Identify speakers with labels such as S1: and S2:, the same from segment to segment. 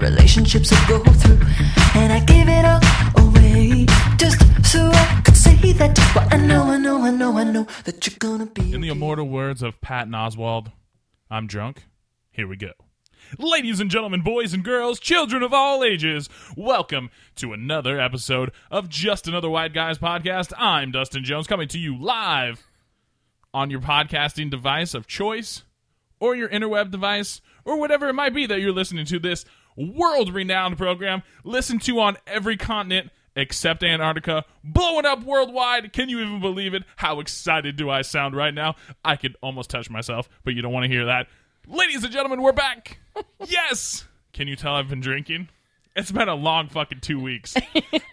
S1: relationships I go through. And I give it all away just so I could say that. Well, I know, I know, I know, I know that you're gonna be.
S2: In the immortal words of Patton Oswald, I'm drunk. Here we go. Ladies and gentlemen, boys and girls, children of all ages, welcome to another episode of Just Another White Guys podcast. I'm Dustin Jones coming to you live on your podcasting device of choice or your interweb device or whatever it might be that you're listening to this world renowned program listened to on every continent except Antarctica, blowing up worldwide. Can you even believe it? How excited do I sound right now? I could almost touch myself, but you don't want to hear that. Ladies and gentlemen, we're back. yes. Can you tell I've been drinking? It's been a long fucking two weeks.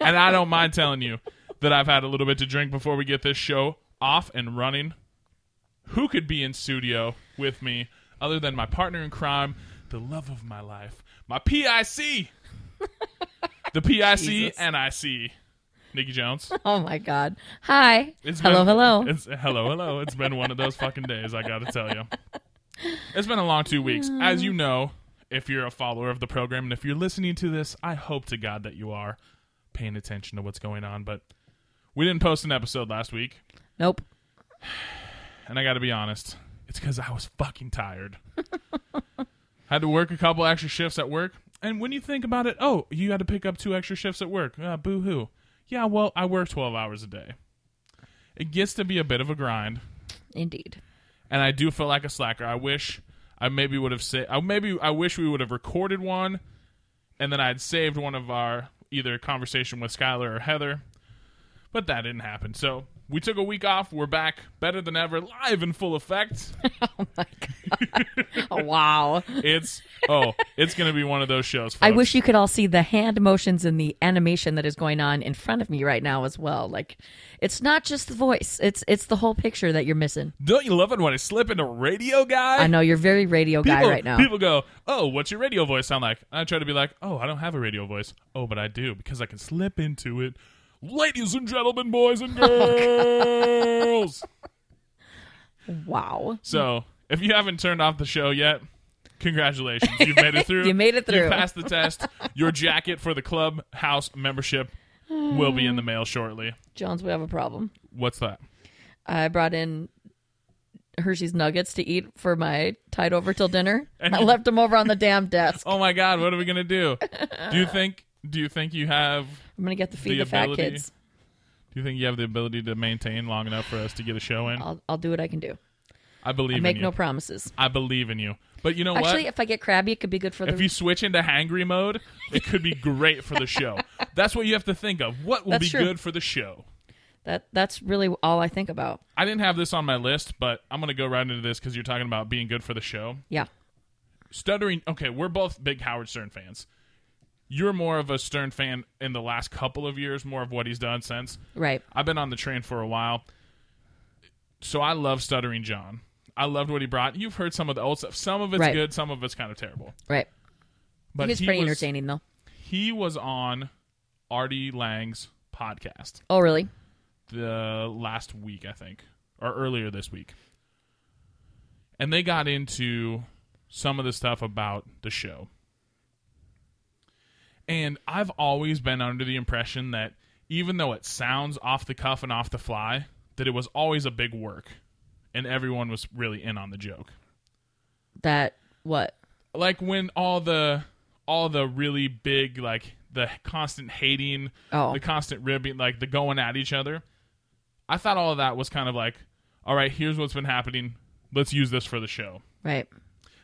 S2: and I don't mind telling you that I've had a little bit to drink before we get this show off and running who could be in studio with me other than my partner in crime, the love of my life, my PIC, the PIC
S3: Jesus.
S2: and I see Nikki Jones.
S3: Oh my god. Hi.
S2: It's
S3: hello,
S2: been-
S3: hello.
S2: It's, hello, hello. It's been one of those fucking days, I gotta tell you. It's been a long two weeks. As you know, if you're a follower of the program and if you're listening to this, I hope to God that you are paying attention to what's going on. But we didn't post an episode last week,
S3: nope.
S2: and I gotta be honest, it's because I was fucking tired. had to work a couple extra shifts at work. And when you think about it, oh, you had to pick up two extra shifts at work. Uh, Boo hoo. Yeah, well, I work 12 hours a day. It gets to be a bit of a grind,
S3: Indeed.
S2: and I do feel like a slacker. I wish I maybe would have said, I maybe I wish we would have recorded one, and then I'd saved one of our either conversation with Skylar or Heather, but that didn't happen. So we took a week off. We're back better than ever, live in full effect.
S3: Oh my god. Oh, wow.
S2: It's oh, it's gonna be one of those shows. Folks.
S3: I wish you could all see the hand motions and the animation that is going on in front of me right now as well. Like it's not just the voice. It's it's the whole picture that you're missing.
S2: don't you love it when I slip into radio guy.
S3: I know you're very radio guy
S2: People,
S3: right now.
S2: people go, oh, what's your radio voice sound like? I try to be like, oh, I don't have a radio voice. Oh, but I do because I can slip into it. Ladies and gentlemen, boys
S3: Oh,
S2: and girls.
S3: Wow.
S2: so, if you haven't turned off the show yet, congratulations, you've made it through.
S3: You made it
S2: You
S3: through.
S2: passed the test. Your jacket for the club house membership will be in the mail shortly.
S3: Jones, we have a problem.
S2: What's that?
S3: I brought in Hershey's nuggets to eat for my tied over till dinner.
S2: And-
S3: I left them over on the damn desk.
S2: Oh my God! What are we gonna do? Do you think? Do you think you have?
S3: I'm gonna get to feed
S2: The
S3: the, fat
S2: ability-
S3: kids.
S2: Do you think you have the ability to maintain long enough for us to get a show in?
S3: I'll I'll do what I can do.
S2: I believe in
S3: Make
S2: you.
S3: no promises.
S2: I believe in you. But you know
S3: Actually,
S2: what?
S3: if I get crabby, it could be good for the.
S2: If you switch into hangry mode, it could be great for the show. That's what you have to think of. What will
S3: That's
S2: be
S3: true.
S2: good for the show?
S3: that that's really all I think about.
S2: I didn't have this on my list, but I'm going to go right into this because you're talking about being good for the show.
S3: Yeah,
S2: Stuttering. Okay, we're both big Howard Stern fans. You're more of a Stern fan in the last couple of years, more of what he's done since.
S3: right.
S2: I've been on the train for a while. So I love Stuttering John. I loved what he brought. You've heard some of the old stuff. Some of it's
S3: Right.
S2: good, some of it's kind of terrible.
S3: Right.
S2: But
S3: he was
S2: he
S3: pretty
S2: was-
S3: entertaining though.
S2: he was on Artie Lang's podcast
S3: Oh really?
S2: the last week, I think, or earlier this week. And they got into some of the stuff about the show. And I've always been under the impression that even though it sounds off the cuff and off the fly, that it was always a big work and everyone was really in on the joke
S3: That what?
S2: like when all the all the really big like the constant hating
S3: Oh.
S2: the constant ribbing like the going at each other i thought all of that was kind of like all right here's what's been happening let's use this for the show
S3: Right.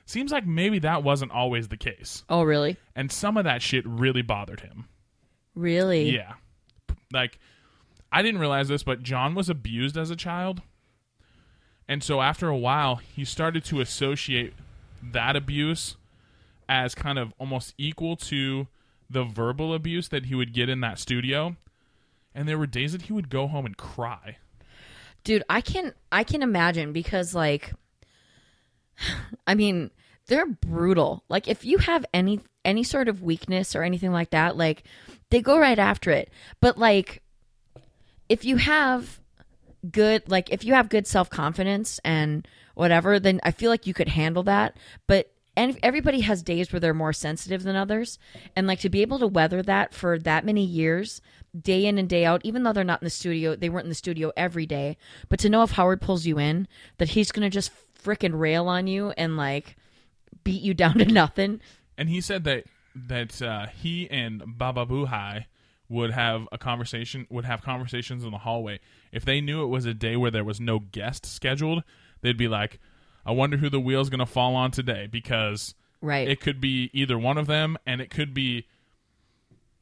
S2: seems like maybe that wasn't always the case
S3: Oh really?
S2: and some of that shit really bothered him
S3: Really?
S2: yeah like i didn't realize this but john was abused as a child and so after a while he started to associate that abuse as kind of almost equal to the verbal abuse that he would get in that studio and there were days that he would go home and cry
S3: Dude, I can I can imagine because like, I mean, they're brutal. Like if you have any any sort of weakness or anything like that, like they go right after it. But like, if you have good like if you have good self confidence and whatever, then I feel like you could handle that. But and everybody has days where they're more sensitive than others and like to be able to weather that for that many years day in and day out even though they're not in the studio they weren't in the studio every day but to know if howard pulls you in that he's gonna just frickin' rail on you and like beat you down to nothing
S2: And he said that that uh, he and Baba Buhai would have a conversation would have conversations in the hallway. If they knew it was a day where there was no guest scheduled, they'd be like, I wonder who the wheel's gonna fall on today because
S3: right
S2: it could be either one of them and it could be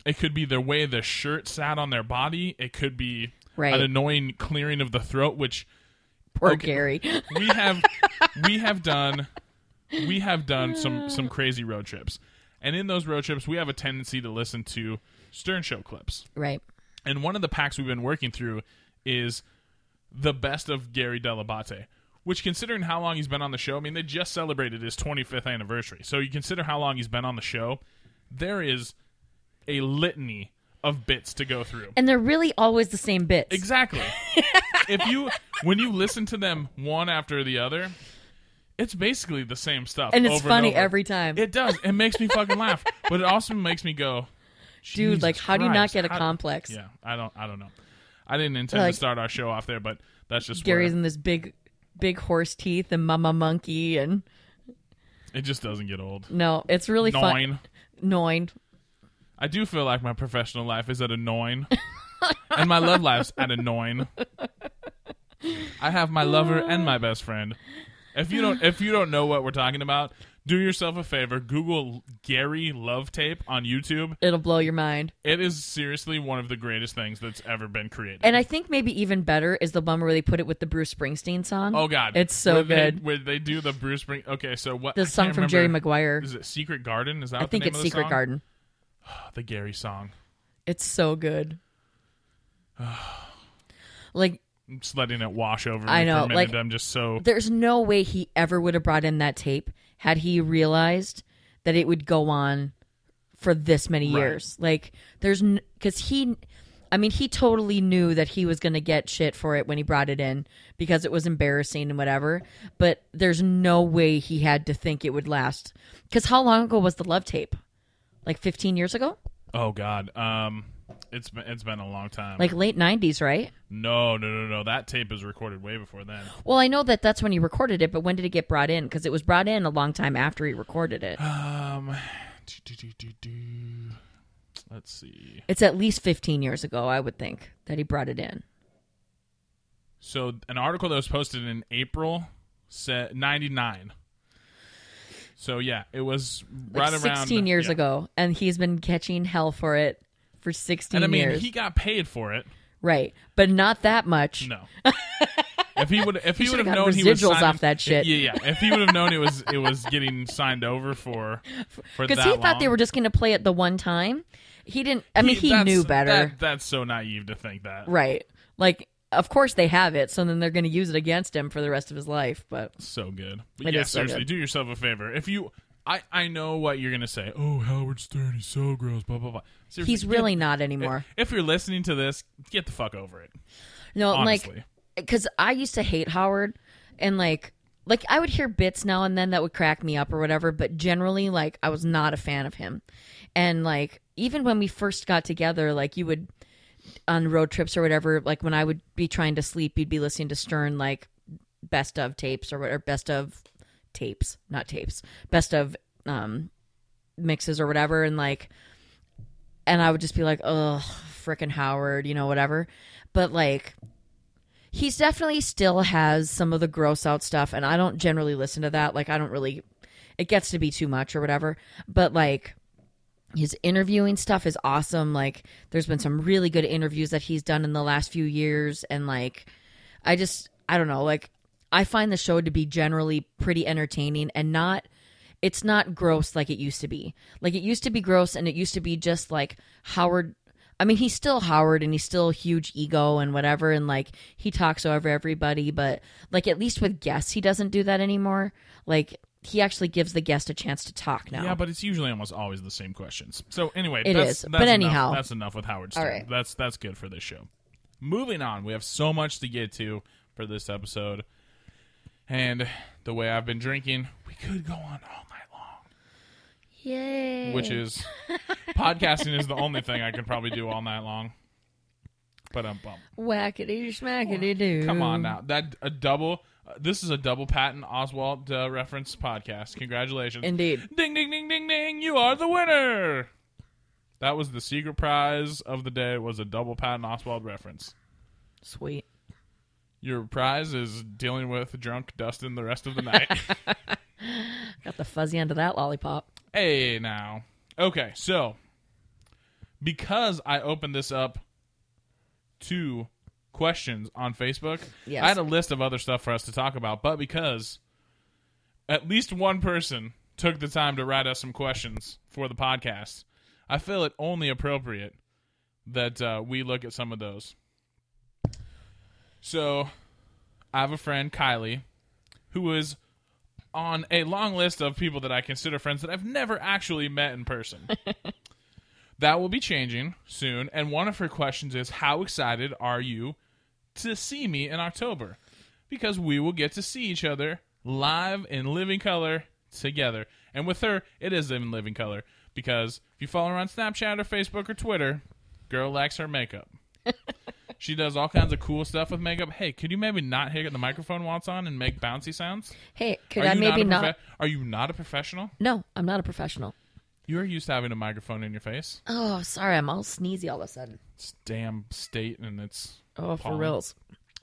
S2: it could be the way the shirt sat on their body. It could be
S3: Right.
S2: an annoying clearing of the throat, which
S3: poor
S2: okay.
S3: gary
S2: we have we have done we have done some some crazy road trips and in those road trips we have a tendency to listen to stern show clips
S3: right
S2: and one of the packs we've been working through is the best of gary delabate which considering how long he's been on the show i mean they just celebrated his 25th anniversary so you consider how long he's been on the show there is a litany of bits to go through
S3: and they're really always the same bits
S2: Exactly. if you when you listen to them one after the other, it's basically the same stuff.
S3: and it's
S2: over
S3: funny
S2: over.
S3: every time
S2: It does. It makes me fucking laugh, but it also makes me go,
S3: dude like
S2: "Jesus
S3: how do you not
S2: Christ,
S3: get a
S2: how-
S3: complex
S2: Yeah, I don't. I don't know. I didn't intend
S3: Like-
S2: to start our show off there, but that's just
S3: gary's
S2: where
S3: in this big big horse teeth and mama monkey and
S2: it just doesn't get old.
S3: no it's really fun
S2: Nine.
S3: Noin.
S2: I do feel like my professional life is at a nine, and my love life's at a nine. I have my lover and my best friend. If you don't, if you don't know what we're talking about, do yourself a favor. Google Gary Love Tape on YouTube.
S3: it'll blow your mind
S2: It is seriously one of the greatest things that's ever been created.
S3: And I think maybe even better is the one where they put it with the Bruce Springsteen song.
S2: oh God,
S3: it's so
S2: Where they-
S3: good.
S2: where they do the Bruce Spring. Okay, so what I
S3: the song
S2: can't
S3: from
S2: remember-
S3: Jerry Maguire.
S2: Is it Secret Garden? Is that
S3: I
S2: what the
S3: think
S2: name
S3: it's
S2: of the
S3: Secret
S2: song? Oh,
S3: Garden.
S2: The Gary song.
S3: It's so good. like
S2: I'm just letting it wash over.
S3: I
S2: me
S3: know,
S2: For a minute.
S3: like-
S2: I'm just so.
S3: there's no way he ever would have brought in that tape had he realized that it would go on for this many
S2: Right.
S3: years. Like there's because he, I mean, he totally knew that he was going to get shit for it when he brought it in because it was embarrassing and whatever. But there's no way he had to think it would last. Because how long ago was the love tape? Like 15 years ago?
S2: Oh God, um, it's been it's been a long time.
S3: Like late 90s, right?
S2: no, no, no, no. That tape is recorded way before then.
S3: Well, I know that that's when he recorded it, but when did it get brought in? Because it was brought in a long time after he recorded it.
S2: Um, do, do, do, do, do. let's see.
S3: It's at least 15 years ago, I would think, that he brought it in.
S2: So an article that was posted in April said ninety nine. So yeah, it was
S3: Like
S2: right around
S3: 16 years
S2: yeah.
S3: ago, and he's been catching hell for it for 16
S2: And I mean,
S3: years.
S2: he got paid for it.
S3: right, but not that much.
S2: No. If he would, if he, would
S3: should've
S2: have
S3: got
S2: known he was
S3: residuals
S2: signing-
S3: off that shit.
S2: Yeah, yeah. If he would have known it was it was getting signed over for for
S3: Because
S2: that
S3: he thought they
S2: long.
S3: were just going to play it the one time. He didn't, I mean, he,
S2: that's-
S3: knew better.
S2: that- that's so naive to think that.
S3: right. Like, of course they have it, so then they're going to use it against him for the rest of his life, but
S2: So good. But
S3: It
S2: yeah,
S3: is so
S2: seriously,
S3: good.
S2: do yourself a favor. If you, I, I know what you're gonna say. Oh, Howard Stern, he's so gross. Blah blah blah. Seriously,
S3: he's
S2: get-
S3: really not anymore.
S2: If you're listening to this, get the fuck over it.
S3: No,
S2: Honestly,
S3: like because I used to hate Howard, and like like I would hear bits now and then that would crack me up or whatever, but generally like I was not a fan of him, and like even when we first got together, like you would on road trips or whatever, like when I would be trying to sleep, you'd be listening to Stern like best of tapes or whatever best of tapes, not tapes, best of um mixes or whatever, and like and I would just be like, ugh, frickin' Howard, you know, whatever. But like he's definitely still has some of the gross out stuff and i don't generally listen to that like i don't really it gets to be too much or whatever but like his interviewing stuff is awesome like there's been some really good interviews that he's done in the last few years and like i just i don't know like i find the show to be generally pretty entertaining and not it's not gross like it used to be like it used to be gross and it used to be just like howard I mean, he's still Howard and he's still huge ego and whatever. And like, he talks over everybody, but like, at least with guests, he doesn't do that anymore. Like, he actually gives the guest a chance to talk now.
S2: yeah, but it's usually almost always the same questions. So anyway,
S3: It
S2: that's,
S3: is.
S2: that's
S3: But
S2: enough-
S3: anyhow.
S2: that's enough with Howard Stern.
S3: All right.
S2: That's that's good for this show. Moving on, we have so much to get to for this episode, and the way I've been drinking, we could go on all night long.
S3: Yay.
S2: which is podcasting is the only thing I could probably do all night long. But I'm bummed.
S3: Whackity smackity do.
S2: Come on now, that a double. Uh, this is a double patent Oswald uh, reference podcast. Congratulations!
S3: Indeed.
S2: Ding ding ding ding ding! You are the winner. That was the secret prize of the day. Was a double patent Oswald reference.
S3: Sweet.
S2: Your prize is dealing with drunk Dustin the rest of the night.
S3: Got the fuzzy end of that lollipop.
S2: Hey now. Okay, so because I opened this up to questions on Facebook,
S3: Yes.
S2: I had a list of other stuff for us to talk about, but because at least one person took the time to write us some questions for the podcast, I feel it only appropriate that uh, we look at some of those. So I have a friend, Kylie, who is on a long list of people that I consider friends that I've never actually met in person. that will be changing soon. And one of her questions is How excited are you to see me in October? Because we will get to see each other live in living color together. And with her, it is in living color. Because if you follow her on Snapchat or Facebook or Twitter, girl lacks her makeup. she does all kinds of cool stuff with makeup. Hey, could you maybe not hit the microphone while it's on and make bouncy sounds?
S3: Hey, could I maybe
S2: a
S3: not?
S2: profe- Are you not a professional?
S3: No, I'm not a professional.
S2: You are used to having a microphone in your face.
S3: Oh, sorry. I'm all sneezy all of a sudden.
S2: It's damn state, and it's
S3: Oh, for
S2: Pollen.
S3: reals.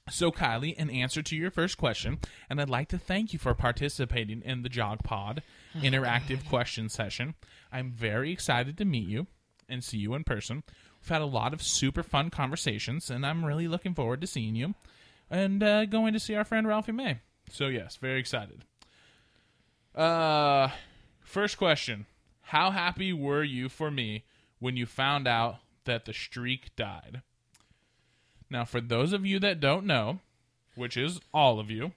S2: so. Kylie, in answer to your first question, and I'd like to thank you for participating in the Jog Pod interactive question session. I'm very excited to meet you and see you in person. We've had a lot of super fun conversations, and I'm really looking forward to seeing you and uh, going to see our friend Ralphie May. So yes, very excited. Uh, first question: How happy were you for me when you found out that the streak died? Now, for those of you that don't know, which is all of you,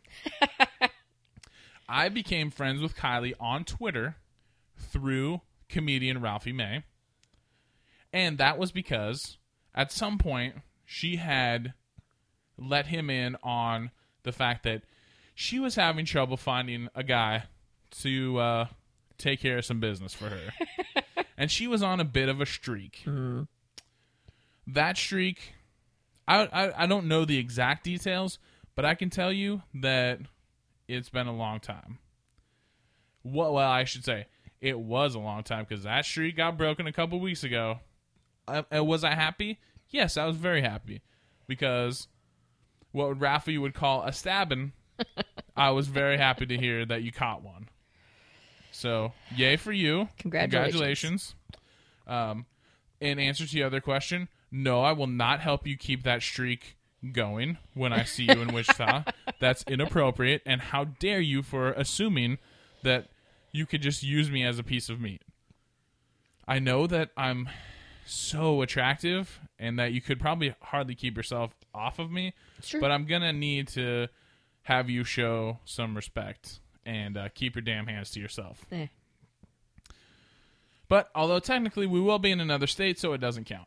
S2: I became friends with Kylie on Twitter through comedian Ralphie May. And that was because at some point she had let him in on the fact that she was having trouble finding a guy to uh, take care of some business for her. and she was on a bit of a streak. That streak I, I I don't know the exact details, but I can tell you that it's been a long time. Well, well, I should say it was a long time because that streak got broken a couple weeks ago. I, I- was I happy? Yes, I was very happy because what Rafi would call a stabbing, I was very happy to hear that you caught one. So, yay for you!
S3: Congratulations.
S2: Congratulations. Um, in answer to your other question, no, I will not help you keep that streak going when I see you in Wichita. That's inappropriate. And how dare you for assuming that you could just use me as a piece of meat? I know that I'm so attractive and that you could probably hardly keep yourself off of me,
S3: Sure.
S2: but I'm going to need to have you show some respect and uh, keep your damn hands to yourself.
S3: Eh.
S2: But although technically we will be in another state, so it doesn't count.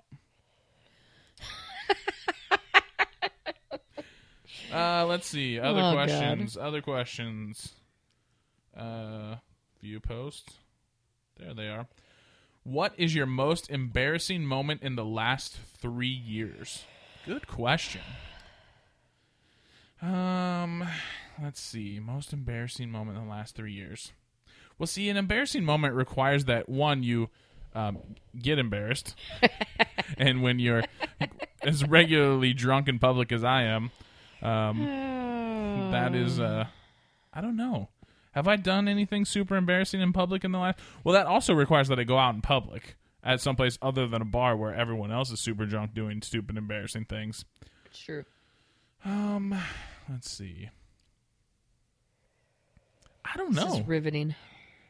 S2: uh, let's see. Other
S3: Oh, God.
S2: questions. Other questions. Uh, view post. There they are. What is your most embarrassing moment in the last three years? Good question. Um, let's see. Most embarrassing moment in the last three years. Well, see, an embarrassing moment requires that one you um, get embarrassed, and when you're as regularly drunk in public as I am, um, that is, uh, I don't know. Have I done anything super embarrassing in public in the last? Well, that also requires that I go out in public at someplace other than a bar where everyone else is super drunk doing stupid, embarrassing things.
S3: Sure.
S2: Um, let's see. I don't
S3: This
S2: know.
S3: is riveting.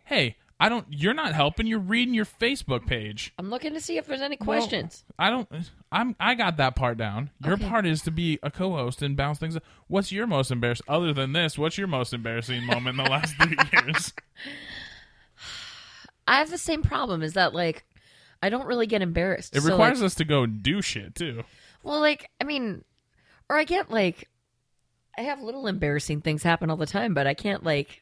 S2: hey, I don't. You're not helping. You're reading your Facebook page.
S3: I'm looking to see if there's any questions.
S2: I don't. I'm. I got that part down. Your
S3: Okay.
S2: part is to be a co-host and bounce things. up. What's your most embarrassing? Other than this, what's your most embarrassing moment in the last three years?
S3: I have the same problem is that like I don't really get embarrassed.
S2: It
S3: So, like-
S2: requires us to go do shit too.
S3: Well, like I mean, or I get like I have little embarrassing things happen all the time, but I can't like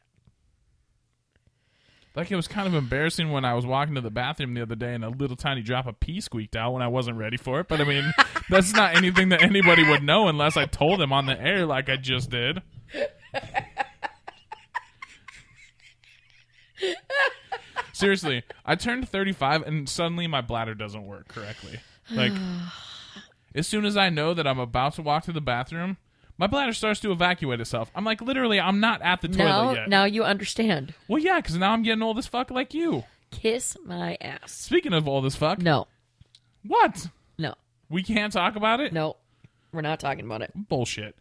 S2: Like it was kind of embarrassing when I was walking to the bathroom the other day and a little tiny drop of pee squeaked out when I wasn't ready for it. But I mean, that's not anything that anybody would know unless I told them on the air like I just did. Seriously, I turned 35 and suddenly my bladder doesn't work correctly. Like as soon as I know that I'm about to walk to the bathroom, my bladder starts to evacuate itself. I'm like, literally, I'm not at the toilet
S3: Now,
S2: yet.
S3: now you understand.
S2: Well, yeah, because now I'm getting old as fuck like you.
S3: Kiss my ass.
S2: Speaking of old as fuck,
S3: No,
S2: what?
S3: no,
S2: We can't talk about it?
S3: no. We're not talking about it.
S2: Bullshit.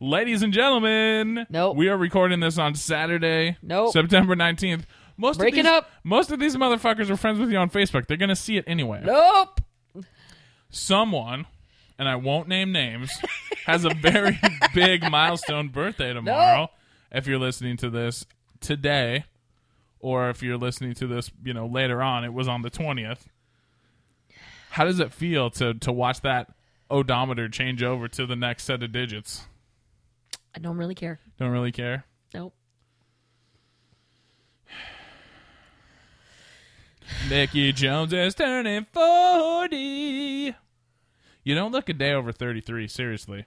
S2: Ladies and gentlemen,
S3: Nope.
S2: we are recording this on Saturday,
S3: Nope.
S2: September 19th. Most
S3: Break
S2: of
S3: it
S2: these,
S3: up.
S2: Most of these motherfuckers are friends with you on Facebook. They're going to see it anyway.
S3: Nope.
S2: Someone, and I won't name names, has a very big milestone birthday tomorrow. If you're listening to this today, or if you're listening to this, you know, later on, it was on the 20th. How does it feel to to watch that odometer change over to the next set of digits?
S3: I don't really care.
S2: Don't really care.
S3: Nope.
S2: Mickey Jones is turning 40. You don't look a day over 33, seriously.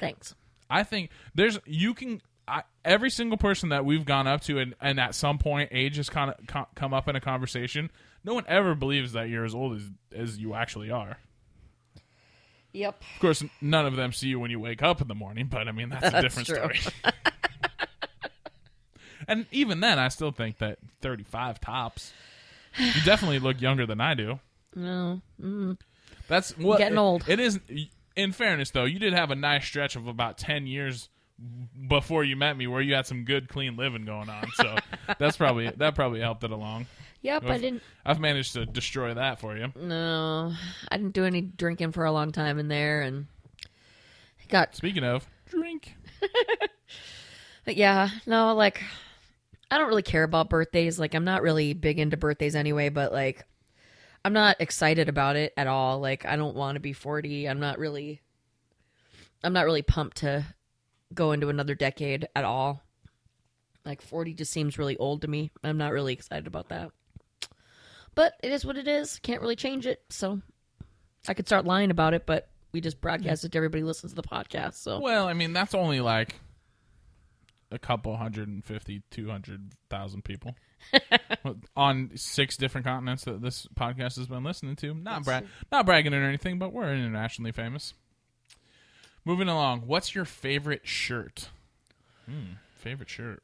S3: Thanks.
S2: I think there's you can I, every single person that we've gone up to and, and at some point age has kind of co- come up in a conversation. No one ever believes that you're as old as as you actually are.
S3: Yep.
S2: Of course, none of them see you when you wake up in the morning, but I mean that's, a
S3: That's
S2: different
S3: true.
S2: story. and even then, I still think that 35 tops. You definitely look younger than I do.
S3: No.
S2: That's what
S3: Getting old.
S2: It is. In fairness, though, you did have a nice stretch of about ten years before you met me, where you had some good, clean living going on. So that's probably that probably helped it along.
S3: Yep. I
S2: I've-
S3: didn't.
S2: I've managed to destroy that for you.
S3: No. I didn't do any drinking for a long time in there, and got.
S2: Speaking of drink,
S3: But yeah. No. Like, I don't really care about birthdays. Like, I'm not really big into birthdays anyway. But like, I'm not excited about it at all. Like, I don't want to be 40. I'm not really. I'm not really pumped to go into another decade at all. Like 40 just seems really old to me. I'm not really excited about that. But it is what it is. Can't really change it. So I could start lying about it, but we just broadcast it to everybody who listens to the podcast. So
S2: well, I mean that's only like a couple hundred and fifty, two hundred thousand people on six different continents that this podcast has been listening to. Not bra- not bragging or anything, but we're internationally famous. Moving along, what's your favorite shirt? Hmm, favorite shirt.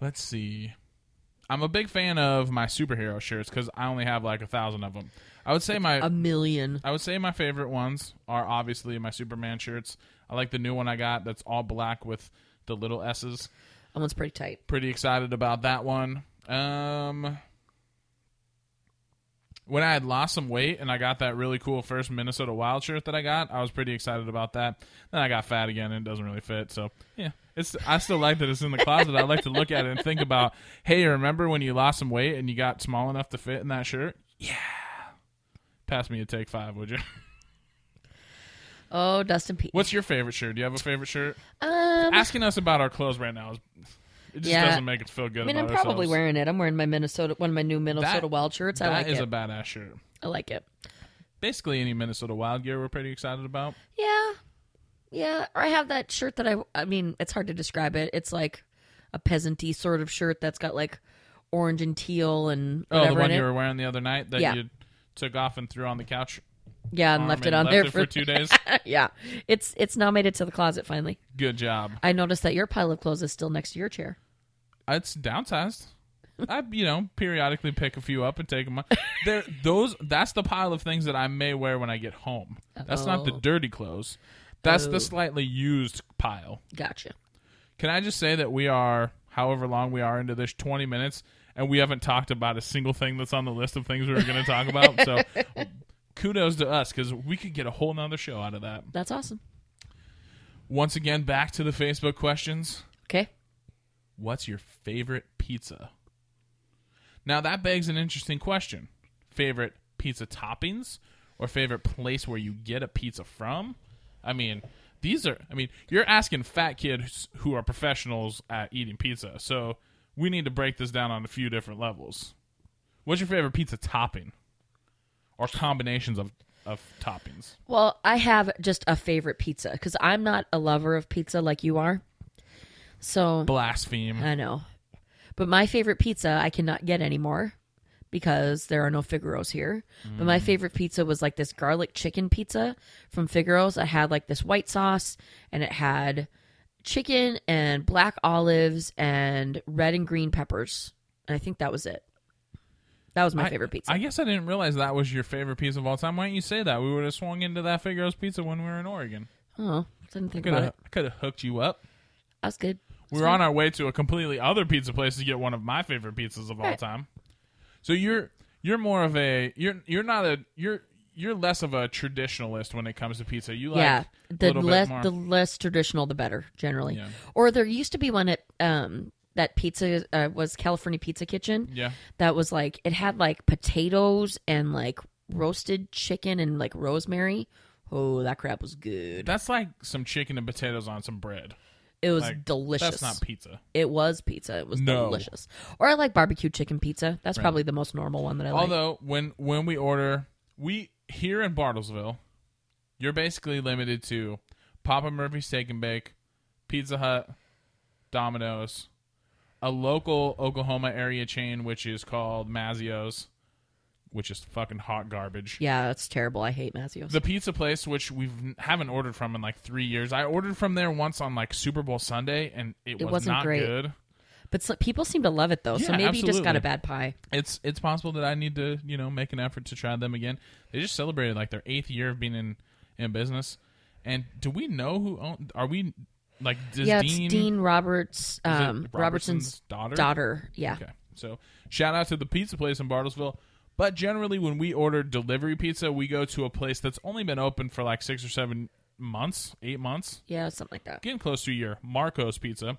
S2: Let's see. I'm a big fan of my superhero shirts because I only have like a thousand of them. I would say my
S3: a million.
S2: I would say my favorite ones are obviously my Superman shirts. I like the new one I got that's all black with the little S's.
S3: That one's pretty tight.
S2: Pretty excited about that one. Um when I had lost some weight and I got that really cool first Minnesota Wild shirt that I got, I was pretty excited about that. Then I got fat again and it doesn't really fit. So, yeah. It's I still like that it's in the closet. I like to look at it and think about, "Hey, remember when you lost some weight and you got small enough to fit in that shirt?" Yeah. Pass me a take 5, would you?
S3: Oh, Dustin Pete.
S2: What's your favorite shirt? Do you have a favorite shirt?
S3: Um,
S2: Asking us about our clothes right now is it just
S3: Yeah.
S2: doesn't make us feel good
S3: I mean, I'm
S2: about
S3: probably
S2: ourselves.
S3: wearing it. I'm wearing my Minnesota, one of my new Minnesota Wild shirts. I
S2: That
S3: like
S2: is
S3: it.
S2: a badass shirt.
S3: I like it.
S2: Basically, any Minnesota Wild gear we're pretty excited about.
S3: Yeah, yeah. Or I have that shirt that I. I mean, it's hard to describe it. It's like a peasanty sort of shirt that's got like orange and teal and
S2: Oh, the
S3: whatever
S2: one
S3: in
S2: you
S3: it.
S2: were wearing the other night that
S3: Yeah.
S2: you took off and threw on the couch.
S3: yeah, and
S2: arm
S3: left it
S2: and
S3: on
S2: left
S3: there
S2: it for two days.
S3: yeah, it's it's now made it to the closet finally.
S2: Good job.
S3: I noticed that your pile of clothes is still next to your chair.
S2: It's downsized. I, you know, periodically pick a few up and take them. There, those. That's the pile of things that I may wear when I get home. That's not the
S3: Oh.
S2: dirty clothes. That's
S3: Oh.
S2: the slightly used pile.
S3: Gotcha.
S2: Can I just say that we are, however long we are into this, 20 minutes, and we haven't talked about a single thing that's on the list of things we were going to talk about? So kudos to us because we could get a whole nother show out of that.
S3: That's awesome.
S2: Once again, back to the Facebook questions.
S3: Okay.
S2: What's your favorite pizza? Now, that begs an interesting question favorite pizza toppings or favorite place where you get a pizza from? I mean, these are, I mean, you're asking fat kids who are professionals at eating pizza. So, we need to break this down on a few different levels. What's your favorite pizza topping or combinations of, of toppings?
S3: Well, I have just a favorite pizza because I'm not a lover of pizza like you are. So
S2: Blaspheme.
S3: I know. But my favorite pizza I cannot get anymore because there are no Figaro's here. But
S2: Mm.
S3: my favorite pizza was like this garlic chicken pizza from Figaro's. I had like this white sauce and it had chicken and black olives and red and green peppers. And I think that was it. That was my
S2: I-
S3: favorite pizza.
S2: I guess I didn't realize that was your favorite pizza of all time. Why didn't you say that? We would have swung into that Figaro's Pizza when we were in Oregon.
S3: oh, didn't think
S2: Could
S3: about
S2: have
S3: it.
S2: could have hooked you up.
S3: That was good.
S2: We were on our way to a completely other pizza place to get one of my favorite pizzas of all
S3: Right.
S2: time. So you're you're more of a you're you're not a you're you're less of a traditionalist when it comes to pizza. You like
S3: yeah,
S2: a
S3: the
S2: little
S3: less
S2: bit more.
S3: the less traditional, the better generally.
S2: Yeah.
S3: Or there used to be one at um, that pizza uh, was California Pizza Kitchen.
S2: yeah.
S3: that was like it had like potatoes and like roasted chicken and like rosemary. Oh, that crap was good.
S2: That's like some chicken and potatoes on some bread.
S3: it was
S2: Like,
S3: delicious.
S2: That's not pizza.
S3: it was pizza. It was
S2: No.
S3: delicious. Or I like barbecue chicken pizza. That's probably the most normal one that I like.
S2: Although when when we order we here in Bartlesville, you're basically limited to Papa Murphy's Steak and Bake, Pizza Hut, Domino's, a local Oklahoma area chain which is called Mazio's, which is fucking hot garbage.
S3: Yeah, that's terrible. I hate Mazio's.
S2: The pizza place which we haven't ordered from in like 3 years. I ordered from there once on like Super Bowl Sunday and it, was
S3: wasn't
S2: not
S3: great.
S2: good.
S3: but so, people seem to love it though. so
S2: Yeah,
S3: maybe you just got
S2: absolutely.
S3: a bad pie.
S2: it's it's possible that I need to you know make an effort to try them again. They just celebrated like their eighth year of being in in business. And do we know who own? Are we like does
S3: yeah,
S2: Dean,
S3: it's Dean Roberts
S2: is it
S3: um, Robertson's
S2: daughter?
S3: daughter. Yeah.
S2: Okay, so shout out to the pizza place in Bartlesville. But generally, when we order delivery pizza, we go to a place that's only been open for like six or seven months, eight months
S3: Yeah, something like that.
S2: getting close to a year. Marco's Pizza,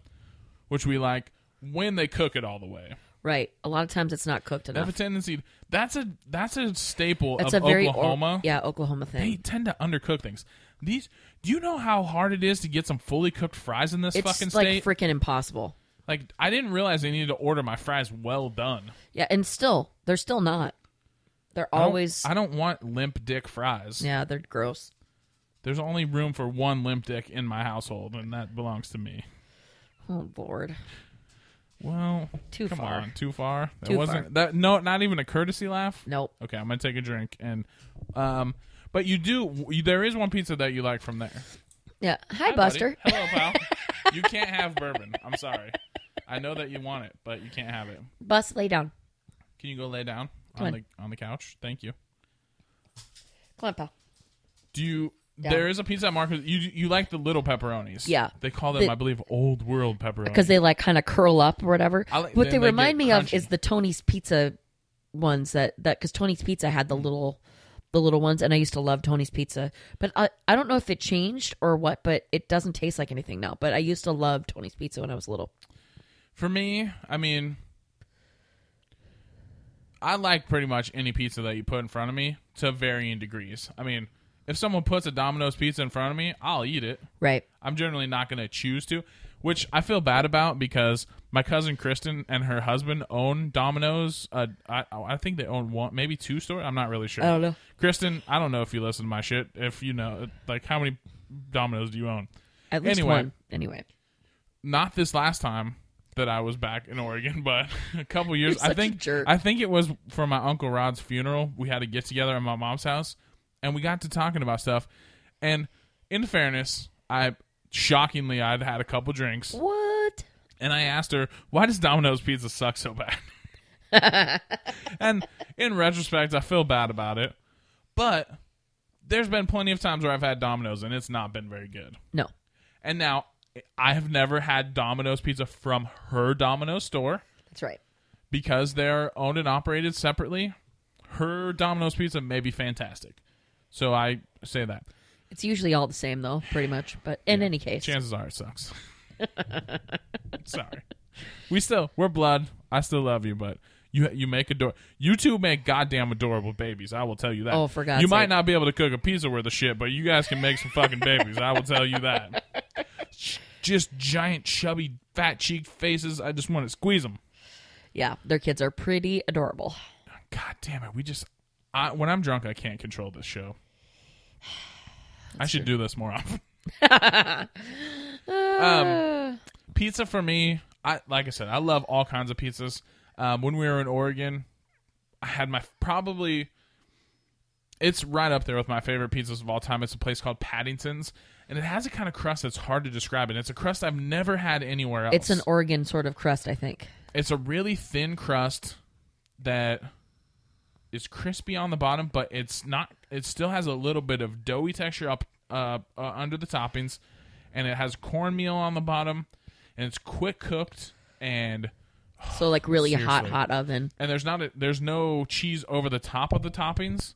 S2: which we like when they cook it all the way.
S3: Right. A lot of times it's not cooked
S2: They have a
S3: enough.
S2: tendency. That's a that's a staple
S3: That's a
S2: of
S3: very or-
S2: Oklahoma.
S3: yeah, Oklahoma thing.
S2: They tend to undercook things. These. Do you know how hard it is to get some fully cooked fries in this
S3: it's
S2: fucking
S3: like
S2: state?
S3: freaking impossible.
S2: like I didn't realize I needed to order my fries well done.
S3: Yeah, and still, they're still not. They're
S2: I don't-
S3: always
S2: I don't want limp dick fries.
S3: yeah, they're gross.
S2: There's only room for one limp dick in my household, and that belongs to me.
S3: Oh lord,
S2: Well,
S3: Too
S2: come
S3: far.
S2: on, too far. That
S3: Too
S2: wasn't
S3: far.
S2: that. No, not even a courtesy laugh.
S3: nope.
S2: Okay, I'm gonna take a drink and, um, but you do. You, there is one pizza that you like from there.
S3: Yeah, hi,
S2: Hi, buddy.
S3: Buster.
S2: Hello, pal. you can't have bourbon. I'm sorry. I know that you want it, but you can't have it.
S3: Bus, lay down.
S2: Can you go lay down on,
S3: Come on.
S2: the on the couch? Thank you.
S3: Come on, pal.
S2: Do you?
S3: Down.
S2: There is a pizza at Marco's. You you like the little pepperonis?
S3: Yeah.
S2: They call them,
S3: The-
S2: I believe, old world pepperonis.
S3: Because they like kind of curl up or whatever.
S2: I like-
S3: what
S2: then
S3: they
S2: they
S3: remind
S2: get
S3: me of
S2: crunchy.
S3: is the Tony's Pizza ones that that because Tony's Pizza had
S2: Mm.
S3: the little the little ones, and I used to love Tony's Pizza. But I I don't know if it changed or what, but it doesn't taste like anything now. But I used to love Tony's Pizza when I was little.
S2: For me, I mean, I like pretty much any pizza that you put in front of me to varying degrees. I mean, if someone puts a Domino's pizza in front of me, I'll eat it.
S3: Right.
S2: I'm generally not going to choose to, which I feel bad about because my cousin Kristen and her husband own Domino's. Uh, I, I think they own one, maybe two stores. I'm not really sure.
S3: I don't know.
S2: Kristen, I don't know if you listen to my shit. If you know, like, how many Domino's do you own?
S3: At least
S2: Anyway.
S3: one. Anyway.
S2: Not this last time that I was back in Oregon, but a couple years.
S3: You're such
S2: I
S3: a
S2: think
S3: jerk.
S2: I think it was for my uncle Rod's funeral. We had a get together at my mom's house, and we got to talking about stuff. And in fairness, I shockingly I'd had a couple drinks.
S3: What?
S2: and I asked her, "Why does Domino's pizza suck so bad?" and in retrospect, I feel bad about it, but there's been plenty of times where I've had Domino's and it's not been very good.
S3: No.
S2: And now I have never had Domino's pizza from her Domino's store
S3: That's right.
S2: because they're owned and operated separately. Her Domino's pizza may be fantastic. So I say that.
S3: It's usually all the same though, pretty much. But in any case,
S2: Chances are it sucks. Sorry. We still we're blood. I still love you, but you you make ador you two make goddamn adorable babies. I will tell you that.
S3: Oh, for God's
S2: You might
S3: sake.
S2: not be able to cook a pizza worth of shit, but you guys can make some fucking babies. I will tell you that. Just giant, chubby, fat cheeked faces. I just want to squeeze them.
S3: Yeah, their kids are pretty adorable.
S2: God damn it. We just, I, when I'm drunk, I can't control this show. I should do this more often. um, pizza for me, I like I said, I love all kinds of pizzas. Um, when we were in Oregon, I had my probably it's right up there with my favorite pizzas of all time. It's a place called Paddington's, and it has a kind of crust that's hard to describe. And it's a crust I've never had anywhere else.
S3: It's an Oregon sort of crust, I think.
S2: It's a really thin crust that is crispy on the bottom, but it's not. It still has a little bit of doughy texture up uh, uh, under the toppings, and it has cornmeal on the bottom, and it's quick cooked, and
S3: So like really hot
S2: Seriously.
S3: hot oven.
S2: and there's not a, there's no cheese over the top of the toppings.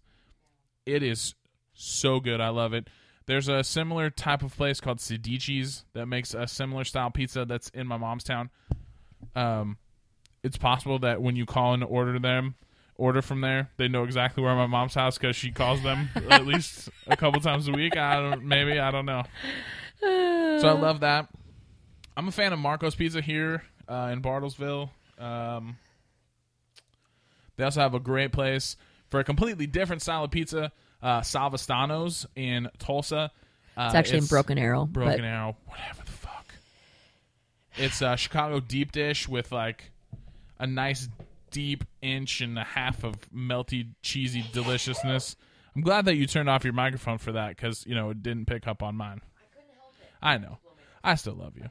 S2: It is so good. I love it. There's a similar type of place called Sidici's that makes a similar style pizza that's in my mom's town. Um, it's possible that when you call and order them, order from there, they know exactly where my mom's house because she calls them at least a couple times a week. I don't, maybe I don't know. So I love that. I'm a fan of Marco's Pizza here uh, in Bartlesville. Um, they also have a great place for a completely different style of pizza, uh, Salvastano's in Tulsa. Uh,
S3: It's actually in Broken Arrow.
S2: Broken
S3: but
S2: Arrow, whatever the fuck. It's a Chicago deep dish with like a nice deep inch and a half of melty, cheesy deliciousness. I'm glad that you turned off your microphone for that because you know it didn't pick up on mine. I couldn't help it. I know. I still love you.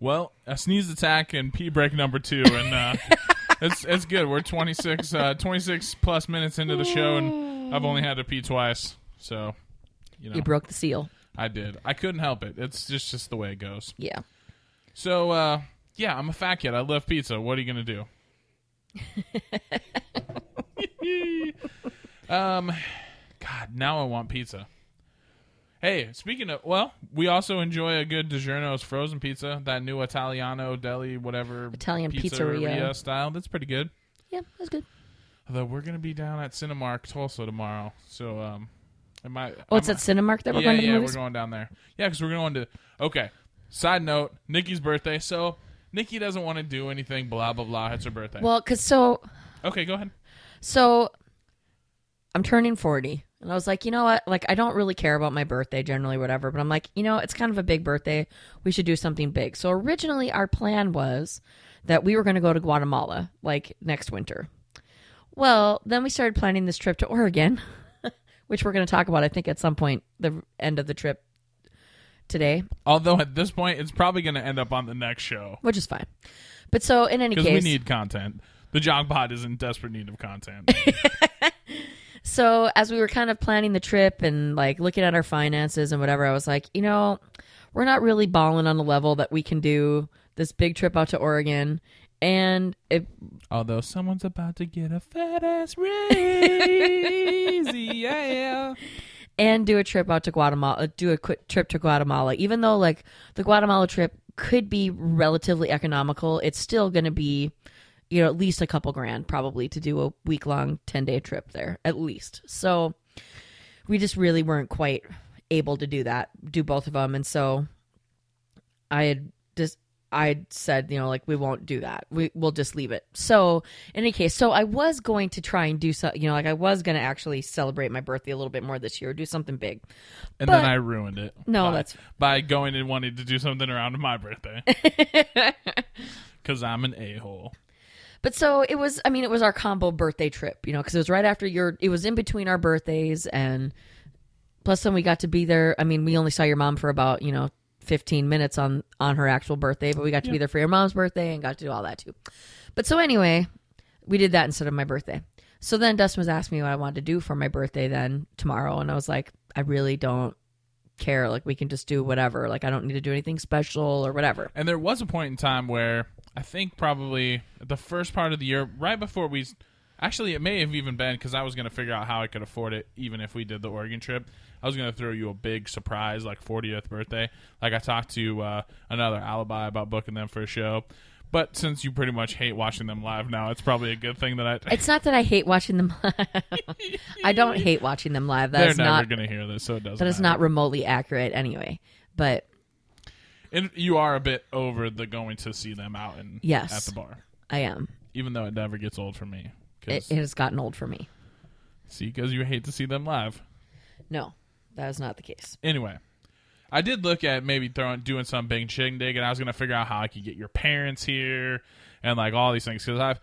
S2: Well, a sneeze attack and pee break number two, and uh, it's it's good. We're 26, uh, 26 plus minutes into the show, and I've only had to pee twice, so you know
S3: you broke the seal.
S2: I did. I couldn't help it. It's just just the way it goes.
S3: Yeah.
S2: So uh, yeah, I'm a fat kid. I love pizza. What are you gonna do? um, God, now I want pizza. Hey, speaking of, well, we also enjoy a good DiGiorno's frozen pizza, that new Italiano deli, whatever
S3: Italian pizzeria.
S2: style. That's pretty good.
S3: Yeah, that was good.
S2: Although we're gonna be down at Cinemark Tulsa tomorrow, so um, it might.
S3: Oh,
S2: I
S3: it's
S2: might-
S3: at Cinemark that we're
S2: yeah,
S3: going to the
S2: yeah,
S3: movies?
S2: we're going down there. Yeah, because we're going to. Okay. Side note: Nikki's birthday, so Nikki doesn't want to do anything. Blah blah blah. It's her birthday.
S3: Well, cause so
S2: okay, go ahead.
S3: so I'm turning 40 and I was like, you know what? Like I don't really care about my birthday generally whatever, but I'm like, you know, it's kind of a big birthday. We should do something big. So originally our plan was that we were going to go to Guatemala like next winter. Well, then we started planning this trip to Oregon, which we're going to talk about I think at some point the end of the trip today,
S2: Although at this point, it's probably going to end up on the next show
S3: which is fine. But so in any
S2: because
S3: case,
S2: we need content. The jog pod is in desperate need of content.
S3: So as we were kind of planning the trip and like looking at our finances and whatever, I was like, you know, we're not really balling on the level that we can do this big trip out to Oregon. And it,
S2: Although someone's about to get a fat ass raise, yeah.
S3: and do a trip out to Guatemala, uh, do a quick trip to Guatemala. Even though like the Guatemala trip could be relatively economical, it's still going to be, you know, at least a couple grand probably to do a week long 10 day trip there, at least. So we just really weren't quite able to do that, do both of them. And so I had just I had said, you know, like we won't do that. We we'll just leave it. So in any case, so I was going to try and do so, you know, like I was going to actually celebrate my birthday a little bit more this year, do something big.
S2: And
S3: But-
S2: then I ruined it.
S3: No,
S2: by,
S3: that's-
S2: by going and wanting to do something around my birthday because I'm an a hole.
S3: But so it was. I mean, it was our combo birthday trip, you know, because it was right after your. It was in between our birthdays, and plus, then we got to be there. I mean, we only saw your mom for about you know fifteen minutes on on her actual birthday, but we got to be there for your mom's birthday and got to do all that too. But so anyway, we did that instead of my birthday. So then Dustin was asking me what I wanted to do for my birthday then tomorrow, and I was like, I really don't care. Like we can just do whatever. Like I don't need to do anything special or whatever.
S2: And there was a point in time where I think probably the first part of the year, right before we, actually it may have even been because I was going to figure out how I could afford it, even if we did the Oregon trip. I was going to throw you a big surprise, like 40th birthday. Like I talked to uh, another alibi about booking them for a show, but since you pretty much hate watching them live now, it's probably a good thing that I.
S3: It's not that I hate watching them. live. I don't hate watching them live. That
S2: they're
S3: is
S2: never
S3: not
S2: going to hear this, so it doesn't.
S3: that is
S2: matter.
S3: not remotely accurate anyway. But
S2: And you are a bit over the going to see them out and
S3: Yes.
S2: at the bar,
S3: I am.
S2: even though it never gets old for me.
S3: It,
S2: Cause,
S3: it has gotten old for me.
S2: see, because you hate to see them live.
S3: No, that is not the case.
S2: Anyway, I did look at maybe throwing doing some Bing Ching Dig, and I was gonna figure out how I could get your parents here and like all these things because I've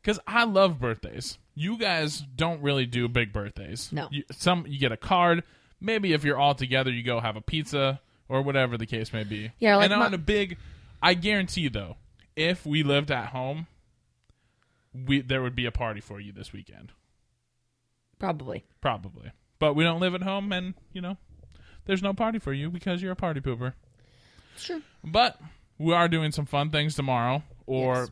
S2: because I love birthdays. You guys don't really do big birthdays.
S3: No.
S2: you, some you get a card. Maybe if you're all together, you go have a pizza or whatever the case may be.
S3: Yeah, like
S2: and
S3: my-
S2: on a big, I guarantee though, if we lived at home, we there would be a party for you this weekend
S3: Probably.
S2: probably. But we don't live at home, and you know, there's no party for you because you're a party pooper.
S3: Sure.
S2: But we are doing some fun things tomorrow or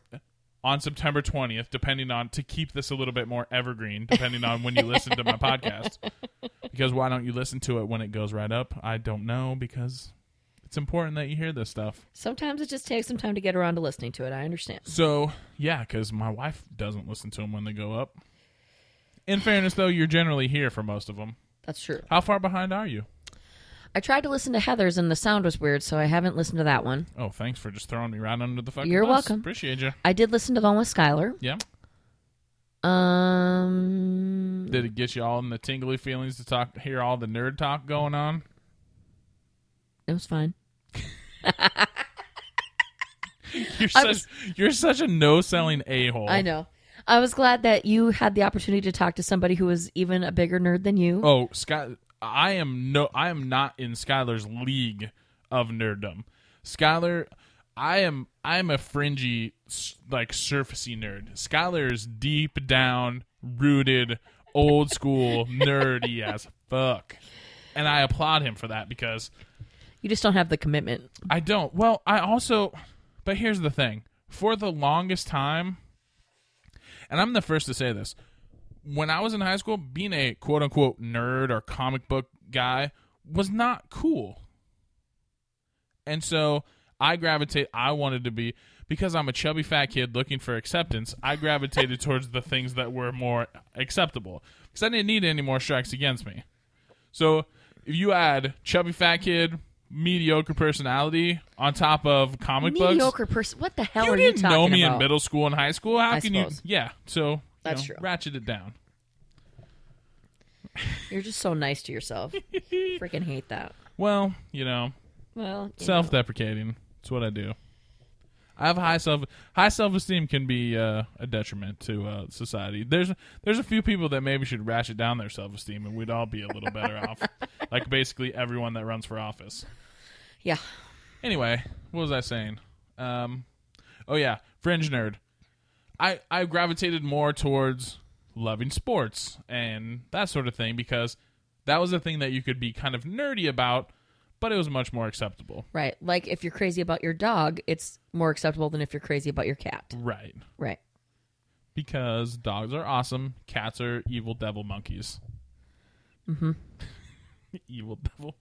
S2: on September 20th, depending on to keep this a little bit more evergreen, depending on when you listen to my podcast. Because why don't you listen to it when it goes right up? I don't know because it's important that you hear this stuff.
S3: Sometimes it just takes some time to get around to listening to it. I understand.
S2: So yeah, because my wife doesn't listen to them when they go up. In fairness, though, you're generally here for most of them.
S3: That's true.
S2: How far behind are you?
S3: I tried to listen to Heather's and the sound was weird, so I haven't listened to that one.
S2: Oh, thanks for just throwing me right under the fucking
S3: You're
S2: bus.
S3: welcome.
S2: Appreciate you.
S3: I did listen to the one with Skylar.
S2: Yeah.
S3: Um,
S2: Did it get you all in the tingly feelings to talk hear all the nerd talk going on?
S3: it was fine.
S2: You're
S3: I
S2: such you're such a no selling a hole.
S3: I know. I was glad that you had the opportunity to talk to somebody who was even a bigger nerd than you.
S2: Oh, Sky I am no I am not in Skylar's league of nerddom. Skylar I am I am a fringy s- like surfacey nerd. Skylar is deep down rooted old school nerdy as fuck. And I applaud him for that because
S3: You just don't have the commitment.
S2: I don't. Well, I also, but here's the thing. For the longest time, and I'm the first to say this, when I was in high school, being a quote unquote nerd or comic book guy was not cool. And so I gravitate, I wanted to be, because I'm a chubby fat kid looking for acceptance, I gravitated towards the things that were more acceptable because I didn't need any more strikes against me. So if you add chubby fat kid, mediocre personality on top of comic books,
S3: Mediocre person. What the hell
S2: you
S3: are
S2: didn't
S3: you talking
S2: know me
S3: about?
S2: in middle school and high school. How
S3: I
S2: can
S3: suppose.
S2: you? Yeah, so you
S3: That's
S2: know,
S3: true.
S2: Ratchet it down.
S3: You're just so nice to yourself. Freaking hate that.
S2: Well, you know,
S3: Well, you know.
S2: self-deprecating. It's what I do. I have high self high self-esteem can be uh, a detriment to uh, society. There's there's a few people that maybe should ratchet down their self-esteem, and we'd all be a little better off. Like basically everyone that runs for office.
S3: yeah.
S2: Anyway, what was I saying? Um, oh yeah, fringe nerd. I I gravitated more towards loving sports and that sort of thing because that was a thing that you could be kind of nerdy about, but it was much more acceptable.
S3: Right. Like if you're crazy about your dog, it's more acceptable than if you're crazy about your cat.
S2: Right.
S3: Right.
S2: Because dogs are awesome, cats are evil devil monkeys. Mm-hmm. evil devil.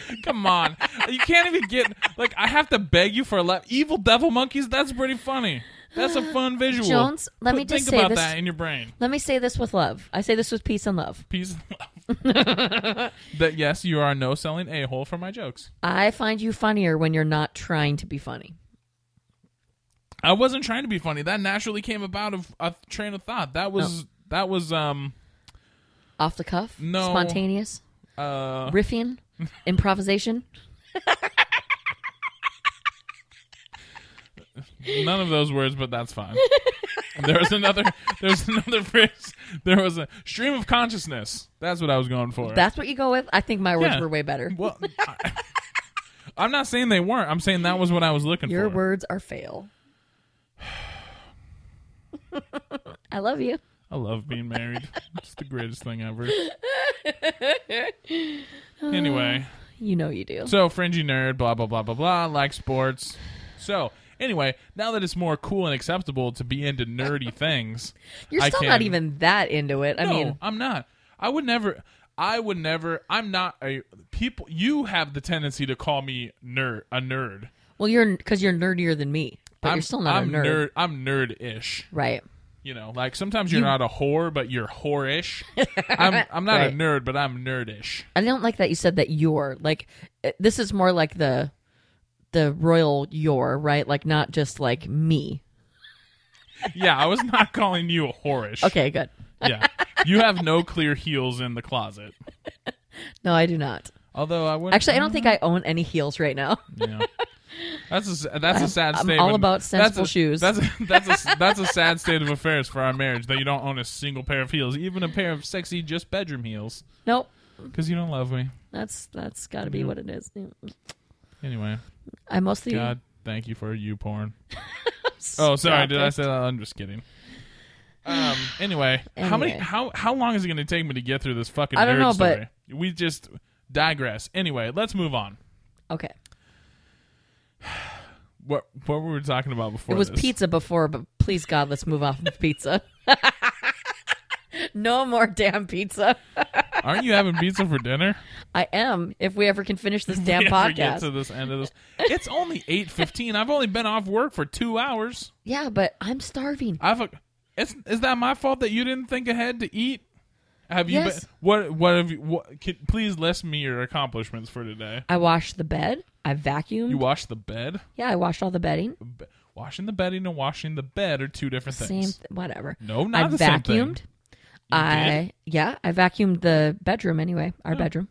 S2: monkeys. Come on. You can't even get like I have to beg you for a laugh. Evil devil monkeys, that's pretty funny. That's a fun visual.
S3: Jones, let me
S2: Put-
S3: just
S2: think
S3: say
S2: about
S3: this-
S2: that in your brain.
S3: Let me say this with love. I say this with peace and love.
S2: Peace and love. that yes, you are no selling a hole for my jokes.
S3: I find you funnier when you're not trying to be funny.
S2: I wasn't trying to be funny. That naturally came about of a train of thought. That was that was um
S3: Off the cuff?
S2: No.
S3: Spontaneous?
S2: uh
S3: Riffing? Improvisation?
S2: None of those words, but that's fine. there was another. There was another phrase. There was a stream of consciousness. That's what I was going for.
S3: That's what you go with? I think my words
S2: Yeah.
S3: were way better.
S2: well, I, am not saying they weren't. I'm saying that was what I was looking
S3: Your
S2: for.
S3: words are fail. I love you.
S2: I love being married. it's the greatest thing ever. anyway,
S3: You know you do.
S2: so fringy nerd, blah blah blah blah blah. Like sports. So anyway, now that it's more cool and acceptable to be into nerdy things,
S3: You're
S2: I
S3: still not
S2: can-
S3: even that into it. I
S2: no,
S3: mean,
S2: I'm not. I would never. I would never. I'm not a people. You have the tendency to call me nerd, a nerd.
S3: well, you're because you're nerdier than me, but
S2: I'm
S3: you're still not
S2: I'm
S3: a nerd,
S2: I'm nerd-ish.
S3: right?
S2: You know, like sometimes you're not a whore, but you're whorish. I'm I'm not a
S3: Right.
S2: nerd, but I'm nerdish.
S3: eh, I don't like that you said that you're like. uh, This is more like the the royal your, right? Like not just like me.
S2: Yeah, I was not calling you a whorish.
S3: Okay, good.
S2: Yeah. You have no clear heels in the closet.
S3: No, I do not.
S2: Although I would
S3: Actually, I don't think I own any heels right now.
S2: Yeah. That's a s- that's a sad
S3: I'm
S2: state.
S3: all
S2: of-
S3: about sensible
S2: that's a,
S3: shoes.
S2: That's a, that's a, s- that's a sad state of affairs for our marriage that you don't own a single pair of heels, even a pair of sexy just bedroom heels,
S3: Nope.
S2: because you don't love me.
S3: That's that's got to be what it is.
S2: Anyway,
S3: I mostly
S2: God, thank you for you porn. oh, sorry,
S3: Stop
S2: did
S3: it.
S2: I say that? I'm just kidding. Um. Anyway, how many?
S3: Anyway.
S2: How how long is it going to take me to get through this fucking?
S3: I don't
S2: nerd
S3: know, but-
S2: story? we just digress. Anyway, let's move on.
S3: Okay.
S2: What what were we talking about before?
S3: It was
S2: this?
S3: pizza before, but please God, let's move off of pizza. no more damn pizza.
S2: Aren't you having pizza for dinner?
S3: I am. If we ever can finish this damn
S2: If we get
S3: podcast,
S2: to this end of this. It's only eight fifteen. I've only been off work for two hours.
S3: yeah, but I'm starving.
S2: I've a, it's, is that my fault that you didn't think ahead to eat? Have you?
S3: Yes.
S2: Been, what what have you? What, can, please list me your accomplishments for today.
S3: I washed the bed. I vacuumed.
S2: You washed the bed.
S3: yeah, I washed all the bedding.
S2: B- washing the bedding and washing the bed are two different
S3: Same,
S2: things.
S3: th- whatever.
S2: No, not
S3: I
S2: the same
S3: vacuumed.
S2: thing.
S3: I yeah, I vacuumed the bedroom anyway. Our
S2: Oh.
S3: bedroom.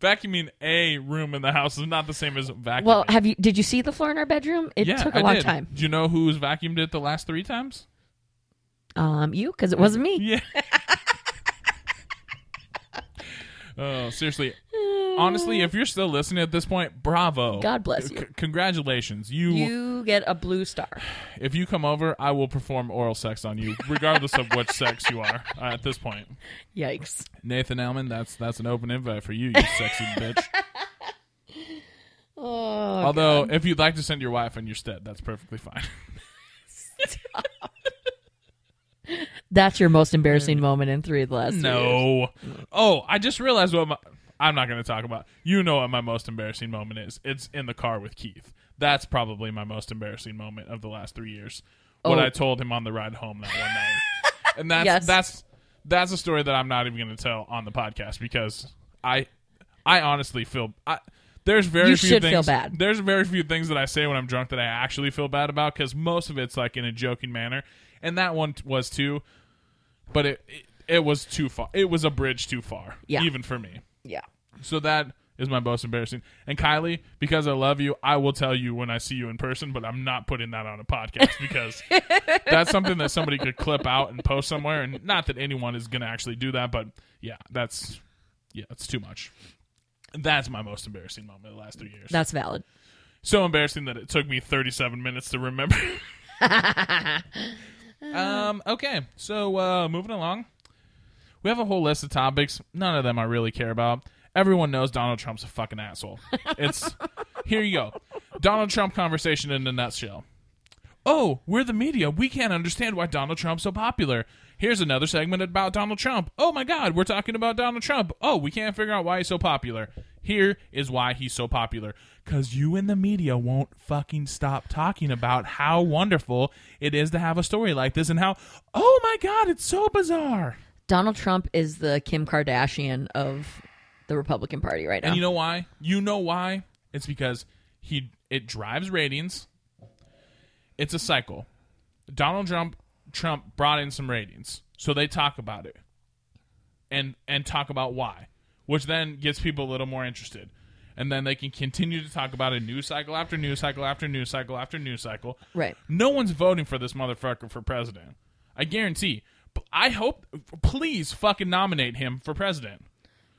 S2: Vacuuming a room in the house is not the same as vacuuming.
S3: Well, have you? Did you see the floor in our bedroom? It
S2: yeah,
S3: took a
S2: I
S3: long
S2: did.
S3: time.
S2: Do you know who's vacuumed it the last three times?
S3: Um, you because it wasn't me.
S2: Yeah. oh, seriously. Honestly, if you're still listening at this point, bravo.
S3: Mm. God bless
S2: C-
S3: you.
S2: congratulations. You,
S3: You get a blue star.
S2: if you come over, I will perform oral sex on you, regardless of which sex you are uh, at this point.
S3: Yikes.
S2: Nathan Elman, that's that's an open invite for you, you sexy bitch.
S3: Oh,
S2: Although, if you'd like to send your wife in your stead, that's perfectly fine.
S3: that's your most embarrassing moment in three of the last. three years.
S2: no. Oh, I just realized what my, I'm not going to talk about. You know what my most embarrassing moment is? It's in the car with Keith. That's probably my most embarrassing moment of the last three years. What
S3: Oh.
S2: I told him on the ride home that one night, and that's
S3: Yes.
S2: that's that's a story that I'm not even going to tell on the podcast because I I honestly feel I. There's very
S3: You
S2: few
S3: should
S2: things,
S3: feel bad.
S2: There's very few things that I say when I'm drunk that I actually feel bad about because most of it's like in a joking manner, and that one t- was too but it, it it was too far. It was a bridge too far,
S3: Yeah.
S2: even for me.
S3: Yeah.
S2: So that is my most embarrassing. And Kylie, because I love you, I will tell you when I see you in person, but I'm not putting that on a podcast because that's something that somebody could clip out and post somewhere. And not that anyone is going to actually do that, but yeah, that's yeah, it's too much. That's my most embarrassing moment of the last three years.
S3: That's valid.
S2: so embarrassing that it took me 37 minutes to remember. um, okay, so uh, moving along, we have a whole list of topics. None of them I really care about. Everyone knows Donald Trump's a fucking asshole. It's here you go. Donald Trump conversation in a nutshell. Oh, we're the media. We can't understand why Donald Trump's so popular. Here's another segment about Donald Trump. Oh my God, we're talking about Donald Trump. Oh, we can't figure out why he's so popular. Here is why he's so popular. Because you and the media won't fucking stop talking about how wonderful it is to have a story like this and how, oh my God, it's so bizarre.
S3: Donald Trump is the Kim Kardashian of the Republican Party right now.
S2: And you know why? You know why? It's because he it drives ratings. It's a cycle. Donald Trump Trump brought in some ratings, so they talk about it, and and talk about why, which then gets people a little more interested, and then they can continue to talk about it news cycle after news cycle after news cycle after news cycle.
S3: Right.
S2: No one's voting for this motherfucker for president. I guarantee. P- I hope. Please fucking nominate him for president.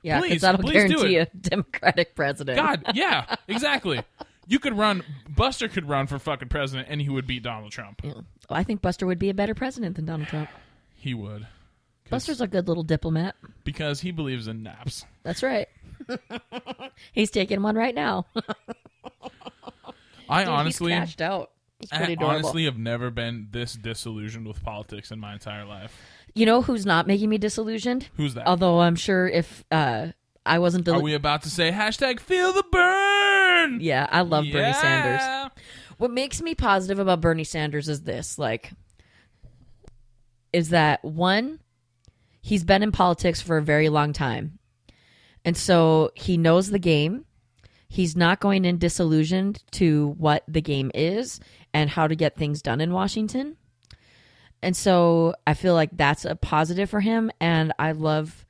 S3: yeah,
S2: please,
S3: because that'll
S2: please do
S3: guarantee a
S2: it.
S3: Democratic president.
S2: God, yeah, exactly. You could run. Buster could run for fucking president, and he would beat Donald Trump.
S3: Yeah. I think Buster would be a better president than Donald Trump.
S2: He would
S3: Buster's a good little diplomat.
S2: because he believes in naps.
S3: That's right. He's taking one right now.
S2: I
S3: Dude,
S2: honestly,
S3: he's cashed out. It's pretty
S2: I
S3: adorable.
S2: honestly have never been this disillusioned with politics in my entire life.
S3: you know who's not making me disillusioned?
S2: Who's that?
S3: Although I'm sure if uh, I wasn't, deli-
S2: Are we about to say hashtag feel the burn?
S3: yeah, I love Bernie Sanders.
S2: Yeah.
S3: What makes me positive about Bernie Sanders is this, like is that one he's been in politics for a very long time. And so he knows the game. He's not going in disillusioned to what the game is and how to get things done in Washington. And so I feel like that's a positive for him. And I love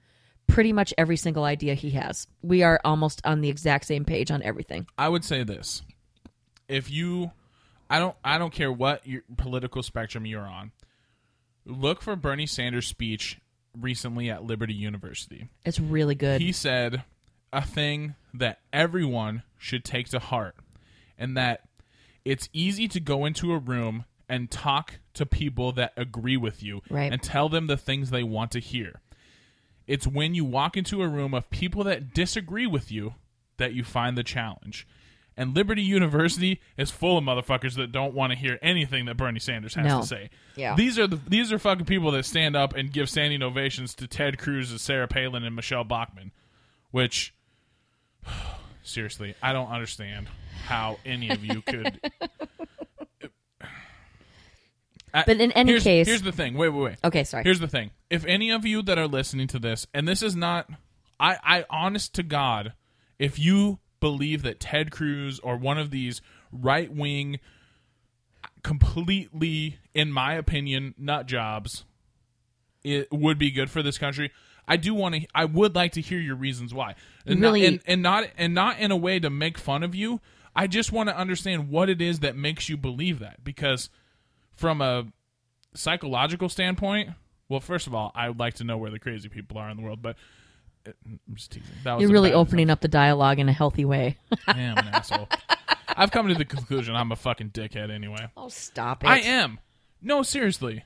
S3: pretty much every single idea he has. We are almost on the exact same page on everything.
S2: I would say this: if you, I don't, I don't care what your political spectrum you're on. Look for Bernie Sanders' speech recently at Liberty University.
S3: It's really good.
S2: He said a thing that everyone should take to heart, and that it's easy to go into a room and talk to people that agree with you
S3: Right.
S2: and tell them the things they want to hear. It's when you walk into a room of people that disagree with you that you find the challenge. And Liberty University is full of motherfuckers that don't want to hear anything that Bernie Sanders has
S3: No.
S2: to say.
S3: Yeah.
S2: These are the these are fucking people that stand up and give standing ovations to Ted Cruz and Sarah Palin and Michelle Bachman, which seriously, I don't understand how any of you could I-
S3: But in any
S2: here's-
S3: case-
S2: here's the thing. Wait, wait, wait.
S3: okay, sorry.
S2: Here's the thing. If any of you that are listening to this, and this is not, I, I honest to God, if you believe that Ted Cruz or one of these right wing, completely, in my opinion, nut jobs, it would be good for this country. I do want to. I would like to hear your reasons why, and
S3: Really-
S2: not, and, and not and not in a way to make fun of you. I just want to understand what it is that makes you believe that, because from a psychological standpoint, well, first of all, I would like to know where the crazy people are in the world, but uh, I'm just teasing. That was
S3: You're
S2: a
S3: really
S2: bad
S3: opening up the dialogue in a healthy way.
S2: example. Yeah, I'm an asshole. I've come to the conclusion I'm a fucking dickhead anyway.
S3: oh, stop it.
S2: I am. No, seriously.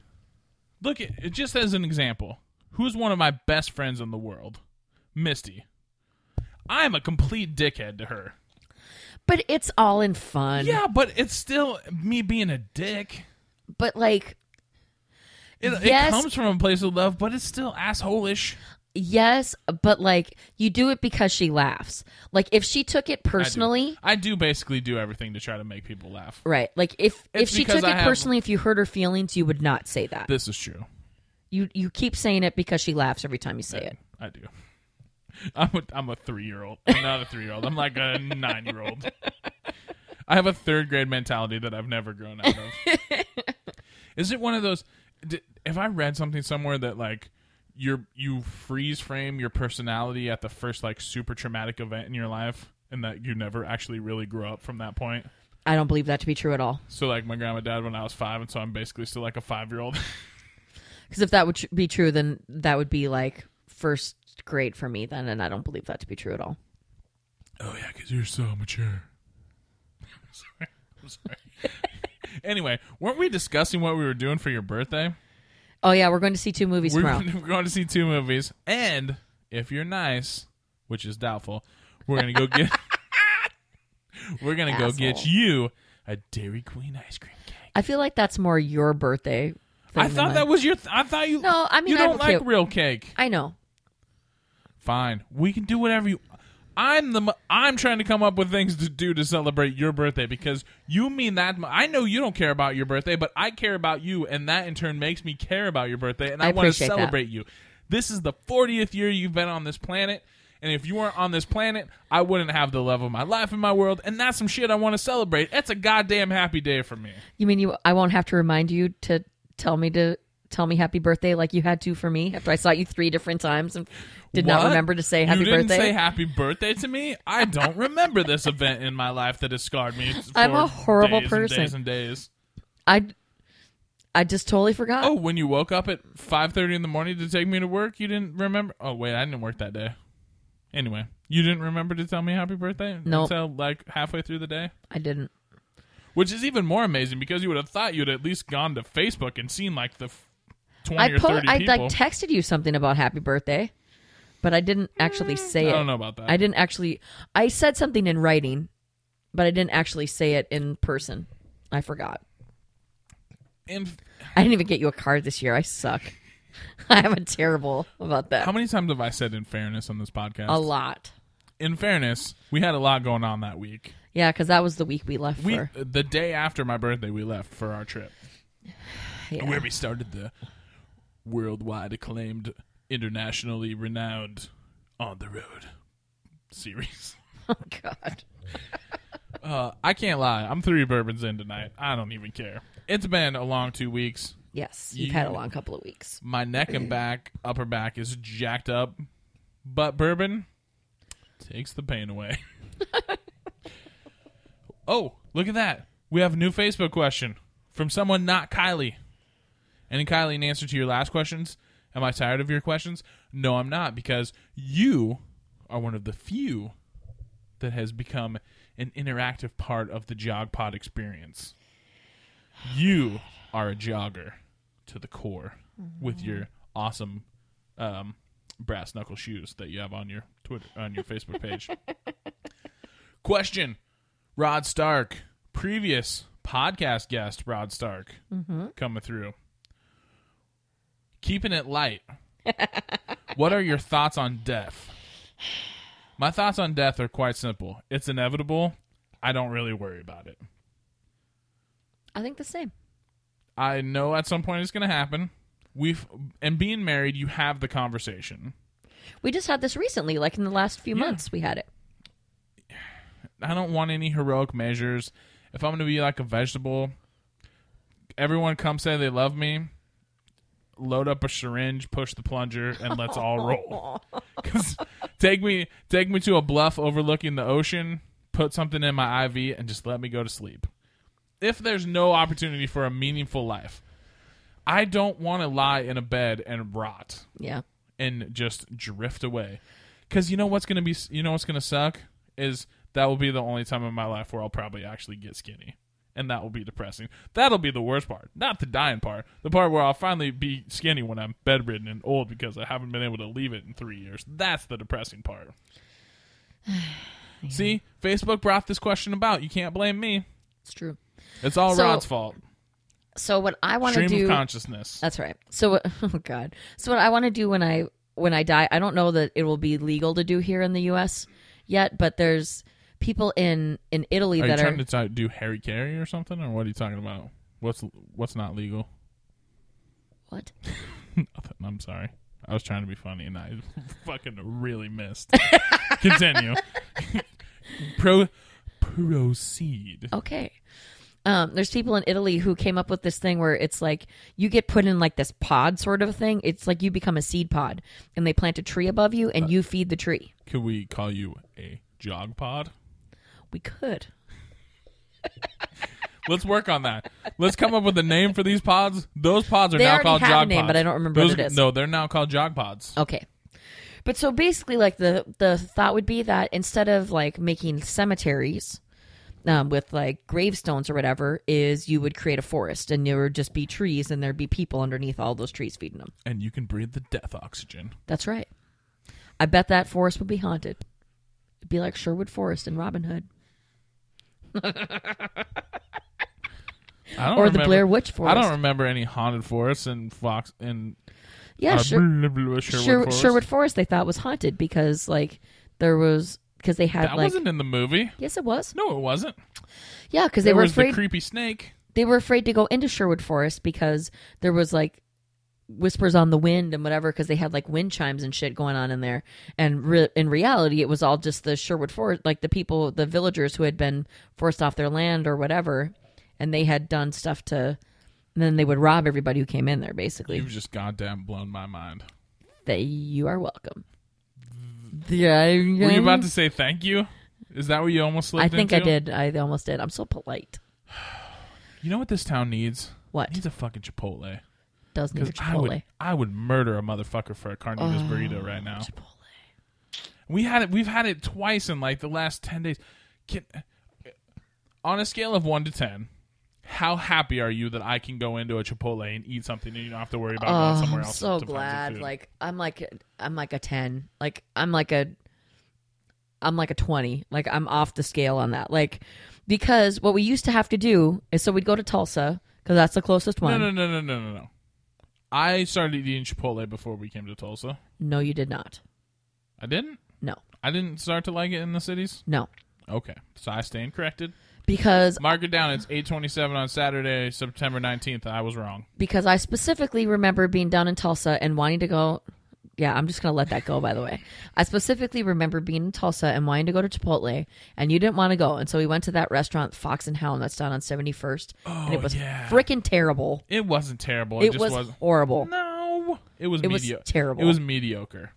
S2: Look at just as an example. Who's one of my best friends in the world? Misty. I'm a complete dickhead to her.
S3: But it's all in fun.
S2: Yeah, but it's still me being a dick.
S3: But like,
S2: It, it
S3: Yes.
S2: comes from a place of love, but it's still assholish.
S3: yes, but like, you do it because she laughs. Like, if she took it
S2: I do.
S3: personally,
S2: I do basically do everything to try to make people laugh.
S3: right? Like, if
S2: It's
S3: if she
S2: because
S3: took
S2: I
S3: it
S2: have-
S3: personally, if you hurt her feelings, you would not say that.
S2: This is true.
S3: you you keep saying it because she laughs every time you say it.
S2: I do. I'm a, I'm a three year old. I'm not a three year old. I'm like a nine year old. I have a third grade mentality that I've never grown out of. Is it one of those? d have I read something somewhere that like you you freeze frame your personality at the first like super traumatic event in your life, and that you never actually really grow up from that point?
S3: I don't believe that to be true at all.
S2: So like my grandma died when I was five, and so I'm basically still like a five year old.
S3: Because if that would tr- be true, then that would be like first grade for me then, and I don't believe that to be true at all.
S2: Oh yeah, because you're so mature. I'm sorry. I'm sorry. anyway, weren't we discussing what we were doing for your birthday?
S3: Oh yeah, we're going to see two movies
S2: We're
S3: tomorrow.
S2: going, to, we're going to see two movies, and if you're nice, which is doubtful, we're gonna go get. we're gonna go get
S3: Asshole.
S2: you a Dairy Queen ice cream cake.
S3: I feel like that's more your birthday.
S2: I
S3: than
S2: thought
S3: mine.
S2: that was your. Th- I thought you.
S3: No, I mean,
S2: you
S3: I
S2: don't
S3: don't
S2: like
S3: care.
S2: real cake.
S3: I know.
S2: Fine, we can do whatever you. I'm the. mu- I'm trying to come up with things to do to celebrate your birthday because you mean that. mu- I know you don't care about your birthday, but I care about you, and that in turn makes me care about your birthday, and I,
S3: I
S2: want to
S3: appreciate that.
S2: celebrate you. This is the 40th year you've been on this planet, and if you weren't on this planet, I wouldn't have the love of my life in my world, and that's some shit I want to celebrate. That's a goddamn happy day for me.
S3: You mean you? I won't have to remind you to tell me to tell me happy birthday like you had to for me after I saw you three different times and did not
S2: What?
S3: remember to say happy
S2: you didn't
S3: birthday.
S2: Say happy birthday to me. I don't remember this event in my life that has scarred me. for
S3: I'm a horrible
S2: days
S3: person.
S2: And days and days.
S3: I I just totally forgot.
S2: Oh, when you woke up at five thirty in the morning to take me to work, you didn't remember. Oh wait, I didn't work that day. Anyway, you didn't remember to tell me happy birthday
S3: Nope.
S2: until like halfway through the day,
S3: I didn't.
S2: which is even more amazing because you would have thought you'd at least gone to Facebook and seen like the f- twenty
S3: I
S2: or
S3: po-
S2: thirty
S3: I
S2: people.
S3: like texted you something about happy birthday, but I didn't actually say
S2: Mm, I
S3: it.
S2: don't know about that.
S3: I didn't actually. I said something in writing, but I didn't actually say it in person. I forgot.
S2: and
S3: I didn't even get you a card this year. I suck. I'm a terrible about that.
S2: how many times have I said in fairness on this podcast?
S3: a lot.
S2: in fairness, we had a lot going on that week.
S3: Yeah, because that was the week we left
S2: We
S3: for.
S2: the day after my birthday, we left for our trip,
S3: Yeah.
S2: where we started the worldwide acclaimed, internationally renowned, on the road series.
S3: Oh God.
S2: Uh, I can't lie. I'm three bourbons in tonight. I don't even care. It's been a long two weeks.
S3: Yes, you've had a
S2: You-
S3: long couple of weeks.
S2: My neck and back, upper back is jacked up, but bourbon takes the pain away. oh, look at that. We have a new Facebook question from someone not Kylie. And Kylie, in answer to your last questions, am I tired of your questions? No, I'm not, because you are one of the few that has become an interactive part of the jog pod experience. You are a jogger to the core with your awesome um, brass knuckle shoes that you have on your Twitter on your Facebook page. Question: Rod Stark, previous podcast guest Rod Stark, coming through. Keeping it light. what are your thoughts on death? My thoughts on death are quite simple. It's inevitable. I don't really worry about it.
S3: I think the same.
S2: I know at some point it's going to happen. We've and being married, you have the conversation.
S3: We just had this recently, like in the last few
S2: Yeah.
S3: months, we had it.
S2: I don't want any heroic measures. If I'm going to be like a vegetable, everyone come say they love me. Load up a syringe, push the plunger, and let's all roll. 'Cause take me, take me to a bluff overlooking the ocean. Put something in my IV and just let me go to sleep. If there's no opportunity for a meaningful life, I don't want to lie in a bed and rot
S3: Yeah.
S2: and just drift away. Because you know what's gonna be, you know what's gonna suck is that will be the only time in my life where I'll probably actually get skinny, and that will be depressing. That'll be the worst part, not the dying part, the part where I'll finally be skinny when I'm bedridden and old because I haven't been able to leave it in three years. That's the depressing part. See, Facebook brought this question about. You can't blame me.
S3: It's true.
S2: It's all
S3: So,
S2: Rod's fault.
S3: So what I want to
S2: Stream
S3: do
S2: of consciousness.
S3: That's right. So what- oh god. So what I want to do when I when I die, I don't know that it will be legal to do here in the US yet, but there's people in in Italy
S2: Are you
S3: that
S2: trying
S3: are
S2: to t- do Harry Carey or something, or what are you talking about? What's what's not legal?
S3: what?
S2: Nothing. I'm sorry. I was trying to be funny and I fucking really missed. Continue. Pro proceed.
S3: Okay. Um, there's people in Italy who came up with this thing where it's like you get put in like this pod sort of thing. It's like you become a seed pod and they plant a tree above you and you feed the tree.
S2: Could we call you a jog pod?
S3: We could.
S2: Let's work on that. Let's come up with a name for these pods. Those pods are
S3: They
S2: now
S3: already
S2: called
S3: have a
S2: jog
S3: name,
S2: pods.
S3: but I don't remember what
S2: Those-
S3: it is.
S2: No, they're now called jog pods.
S3: Okay. But so basically, like the the thought would be that instead of like making cemeteries um, with like gravestones or whatever, is you would create a forest and there would just be trees and there'd be people underneath all those trees feeding them.
S2: And you can breathe the death oxygen.
S3: That's right. I bet that forest would be haunted. It'd be like Sherwood Forest and Robin Hood
S2: I don't
S3: or the
S2: remember-
S3: Blair Witch
S2: I
S3: Forest.
S2: don't remember any haunted forests and fox and
S3: yeah,
S2: uh,
S3: Sher-
S2: blah, blah, blah, Sherwood,
S3: Sher-
S2: Forest.
S3: Sherwood Forest they thought was haunted because like there was because they had
S2: That
S3: like
S2: wasn't in the movie.
S3: yes it was
S2: No, it wasn't.
S3: yeah because they were
S2: was
S3: afraid
S2: the creepy snake.
S3: they were afraid to go into Sherwood Forest because there was like whispers on the wind and whatever because they had like wind chimes and shit going on in there and re- in reality it was all just the Sherwood Forest like the people the villagers who had been forced off their land or whatever and they had done stuff to and then they would rob everybody who came in there basically
S2: You've just goddamn blown my mind.
S3: they you are welcome yeah
S2: Were you about to say thank you? Is that what you almost slipped
S3: I think I
S2: into?
S3: did I almost did I'm so polite
S2: You know what this town needs?
S3: What?
S2: It needs a fucking Chipotle.
S3: does need
S2: Because
S3: a
S2: I
S3: Chipotle Oh,
S2: would, I would murder a motherfucker for a carnitas burrito right now.
S3: Chipotle
S2: We had it. We've had it twice in like the last ten days. Can, on a scale of one to ten, how happy are you that I can go into a Chipotle and eat something and you don't have to worry about
S3: Oh,
S2: going somewhere
S3: I'm
S2: else?
S3: so
S2: to find some
S3: glad.
S2: food?
S3: Like I'm like I'm like a ten. Like I'm like a I'm like a twenty. Like I'm off the scale on that. Like because what we used to have to do is so we'd go to Tulsa because that's the closest
S2: no,
S3: one.
S2: no, no, no, no, no, no. I started eating Chipotle before we came to Tulsa.
S3: No, you did not.
S2: I didn't.
S3: No,
S2: I didn't start to like it in the cities.
S3: no,
S2: Okay, so I stand corrected.
S3: because
S2: Mark it down. It's eight twenty-seven on Saturday, September nineteenth. I was wrong.
S3: because I specifically remember being down in Tulsa and wanting to go. Yeah, I'm just gonna let that go. By the way, I specifically remember being in Tulsa and wanting to go to Chipotle, and you didn't want to go, and so we went to that restaurant Fox and Hound that's down on 71st, and
S2: Oh,
S3: it was
S2: yeah.
S3: freaking terrible.
S2: It wasn't terrible. It,
S3: It
S2: just
S3: was
S2: wasn't.
S3: horrible,
S2: No, it was
S3: It was
S2: mediocre.
S3: terrible.
S2: It was mediocre.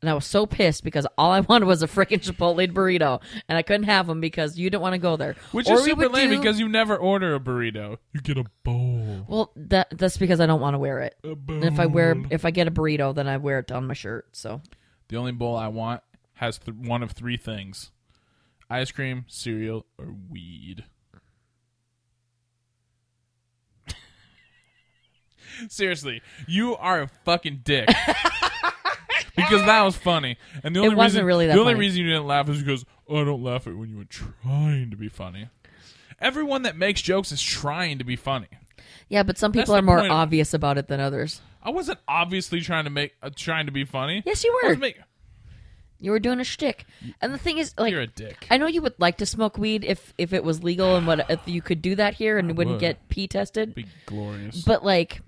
S3: and I was so pissed because all I wanted was a freaking Chipotle burrito, and I couldn't have them because you didn't want to go there.
S2: Which
S3: Or
S2: is
S3: we
S2: super
S3: would
S2: lame
S3: do-
S2: because you never order a burrito. You get a bowl.
S3: well, that that's because I don't want to wear it.
S2: A
S3: And if I wear,
S2: bowl.
S3: if I get a burrito, then I wear it on my shirt. So
S2: The only bowl I want has th- one of three things: ice cream, cereal, or weed. Seriously, you are a fucking dick. because that was funny, and the only
S3: wasn't
S2: reason
S3: really that
S2: the only
S3: funny.
S2: reason you didn't laugh is because oh, I don't laugh at when you were trying to be funny. Everyone that makes jokes is trying to be funny.
S3: yeah, but some people
S2: the
S3: are more
S2: point of-
S3: obvious about it than others.
S2: I wasn't obviously trying to make uh, trying to be funny.
S3: Yes, you
S2: I
S3: were.
S2: was make-
S3: You were doing a shtick, and the thing is, like,
S2: you're a dick.
S3: I know you would like to smoke weed if if it was legal and what if you could do that here and wouldn't
S2: would.
S3: get pee tested.
S2: Be glorious.
S3: But like,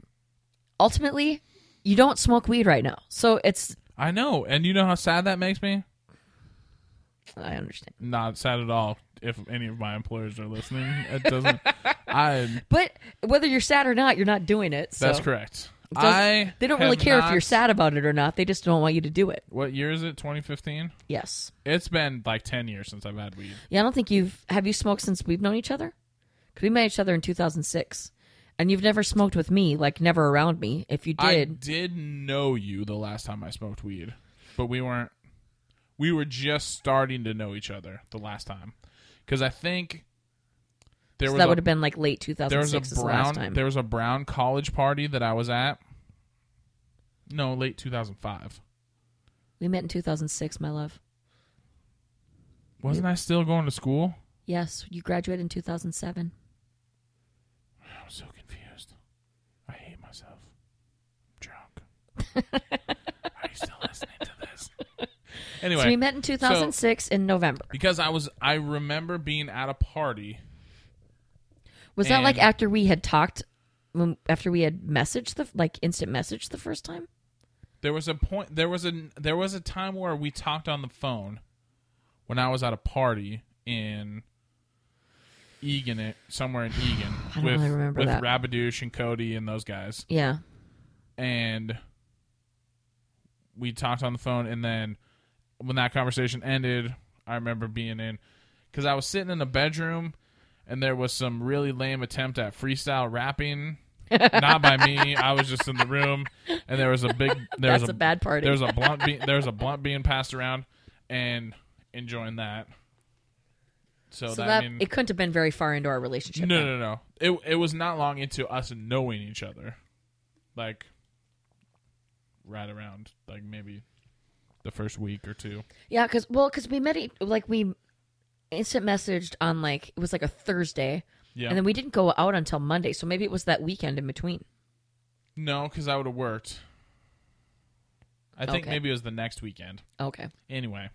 S3: ultimately, you don't smoke weed right now, so it's
S2: I know, and you know how sad that makes me.
S3: I understand.
S2: Not sad at all. If any of my employers are listening, it doesn't. I.
S3: But whether you're sad or not, you're not doing it. So
S2: That's correct.
S3: It doesn't-
S2: I.
S3: they don't
S2: have
S3: really care if
S2: not-
S3: you're sad about it or not. They just don't want you to do it.
S2: What year is it? 2015.
S3: Yes.
S2: It's been like 10 years since I've had weed.
S3: Yeah, I don't think you've have you smoked since we've known each other? 'Cause we met each other in 2006. And you've never smoked with me, like never around me. If you
S2: I
S3: did,
S2: did know you the last time I smoked weed, but we weren't. We were just starting to know each other the last time, because I think there
S3: so
S2: was
S3: that
S2: a-
S3: would have been like late
S2: there was a
S3: 2006 is the last
S2: brown
S3: time.
S2: there was a brown college party that I was at. No, late 2005.
S3: We met in 2006, my love.
S2: Wasn't I still going to school?
S3: Yes, you graduated in 2007.
S2: I'm so confused. I hate myself. I'm drunk. Are you still listening to this? Anyway,
S3: so we met in 2006 in November.
S2: because I was I remember being at a party.
S3: Was that like
S2: and-
S3: after we had talked, when, after we had messaged the like instant message the first time?
S2: There was a point there was a there was a time where we talked on the phone when I was at a party in Egan eh, somewhere in Egan
S3: don't
S2: with
S3: really remember
S2: with
S3: that.
S2: Rabadouche and Cody and those guys.
S3: Yeah,
S2: and we talked on the phone and then when that conversation ended i remember being in because i was sitting in the bedroom and there was some really lame attempt at freestyle rapping not by me i was just in the room and there was a big there was
S3: That's a bad party.
S2: there was a blunt be- there was a blunt being passed around and enjoying that so,
S3: so
S2: that,
S3: that
S2: mean,
S3: it couldn't have been very far into our relationship.
S2: no,
S3: then.
S2: no, no. It it was not long into us knowing each other, like right around like maybe the first week or two.
S3: Yeah, because well, because we met e- like we instant messaged on like it was like a Thursday,
S2: Yeah.
S3: and then we didn't go out until Monday. So maybe it was that weekend in between.
S2: no, because I would have worked. I think
S3: Okay.
S2: maybe it was the next weekend.
S3: Okay,
S2: Anyway,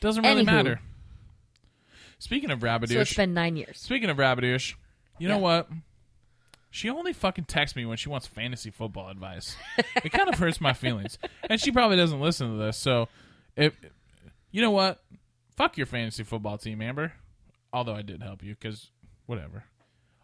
S2: doesn't really
S3: Anywho.
S2: matter. Speaking of Rabidouche,
S3: so it's been nine years.
S2: speaking of Rabidouche, you know
S3: Yeah.
S2: what? She only fucking texts me when she wants fantasy football advice. it kind of hurts my feelings, and she probably doesn't listen to this. So, if you know what, fuck your fantasy football team, Amber. Although I did help you because whatever.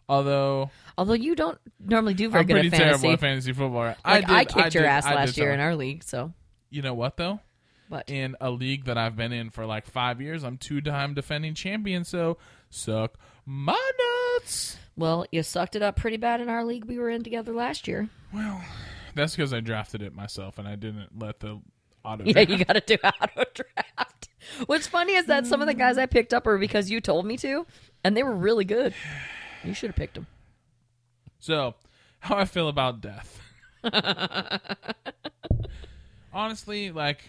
S2: Although
S3: Although you don't normally do very
S2: I'm
S3: good
S2: pretty
S3: at fantasy.
S2: terrible at fantasy football.
S3: Like I,
S2: did-
S3: kicked your
S2: did-
S3: ass
S2: I did
S3: last year er-
S2: tell
S3: in
S2: her.
S3: our league, so
S2: you know what though?
S3: what?
S2: in a league that I've been in for like five years. I'm two time defending champion, so suck my nuts.
S3: Well, you sucked it up pretty bad in our league we were in together last year.
S2: Well, that's because I drafted it myself and I didn't let the auto.
S3: Yeah, you got to do auto draft. What's funny is that some of the guys I picked up are because you told me to, and they were really good. You should have picked them.
S2: So, how I feel about death. Honestly, like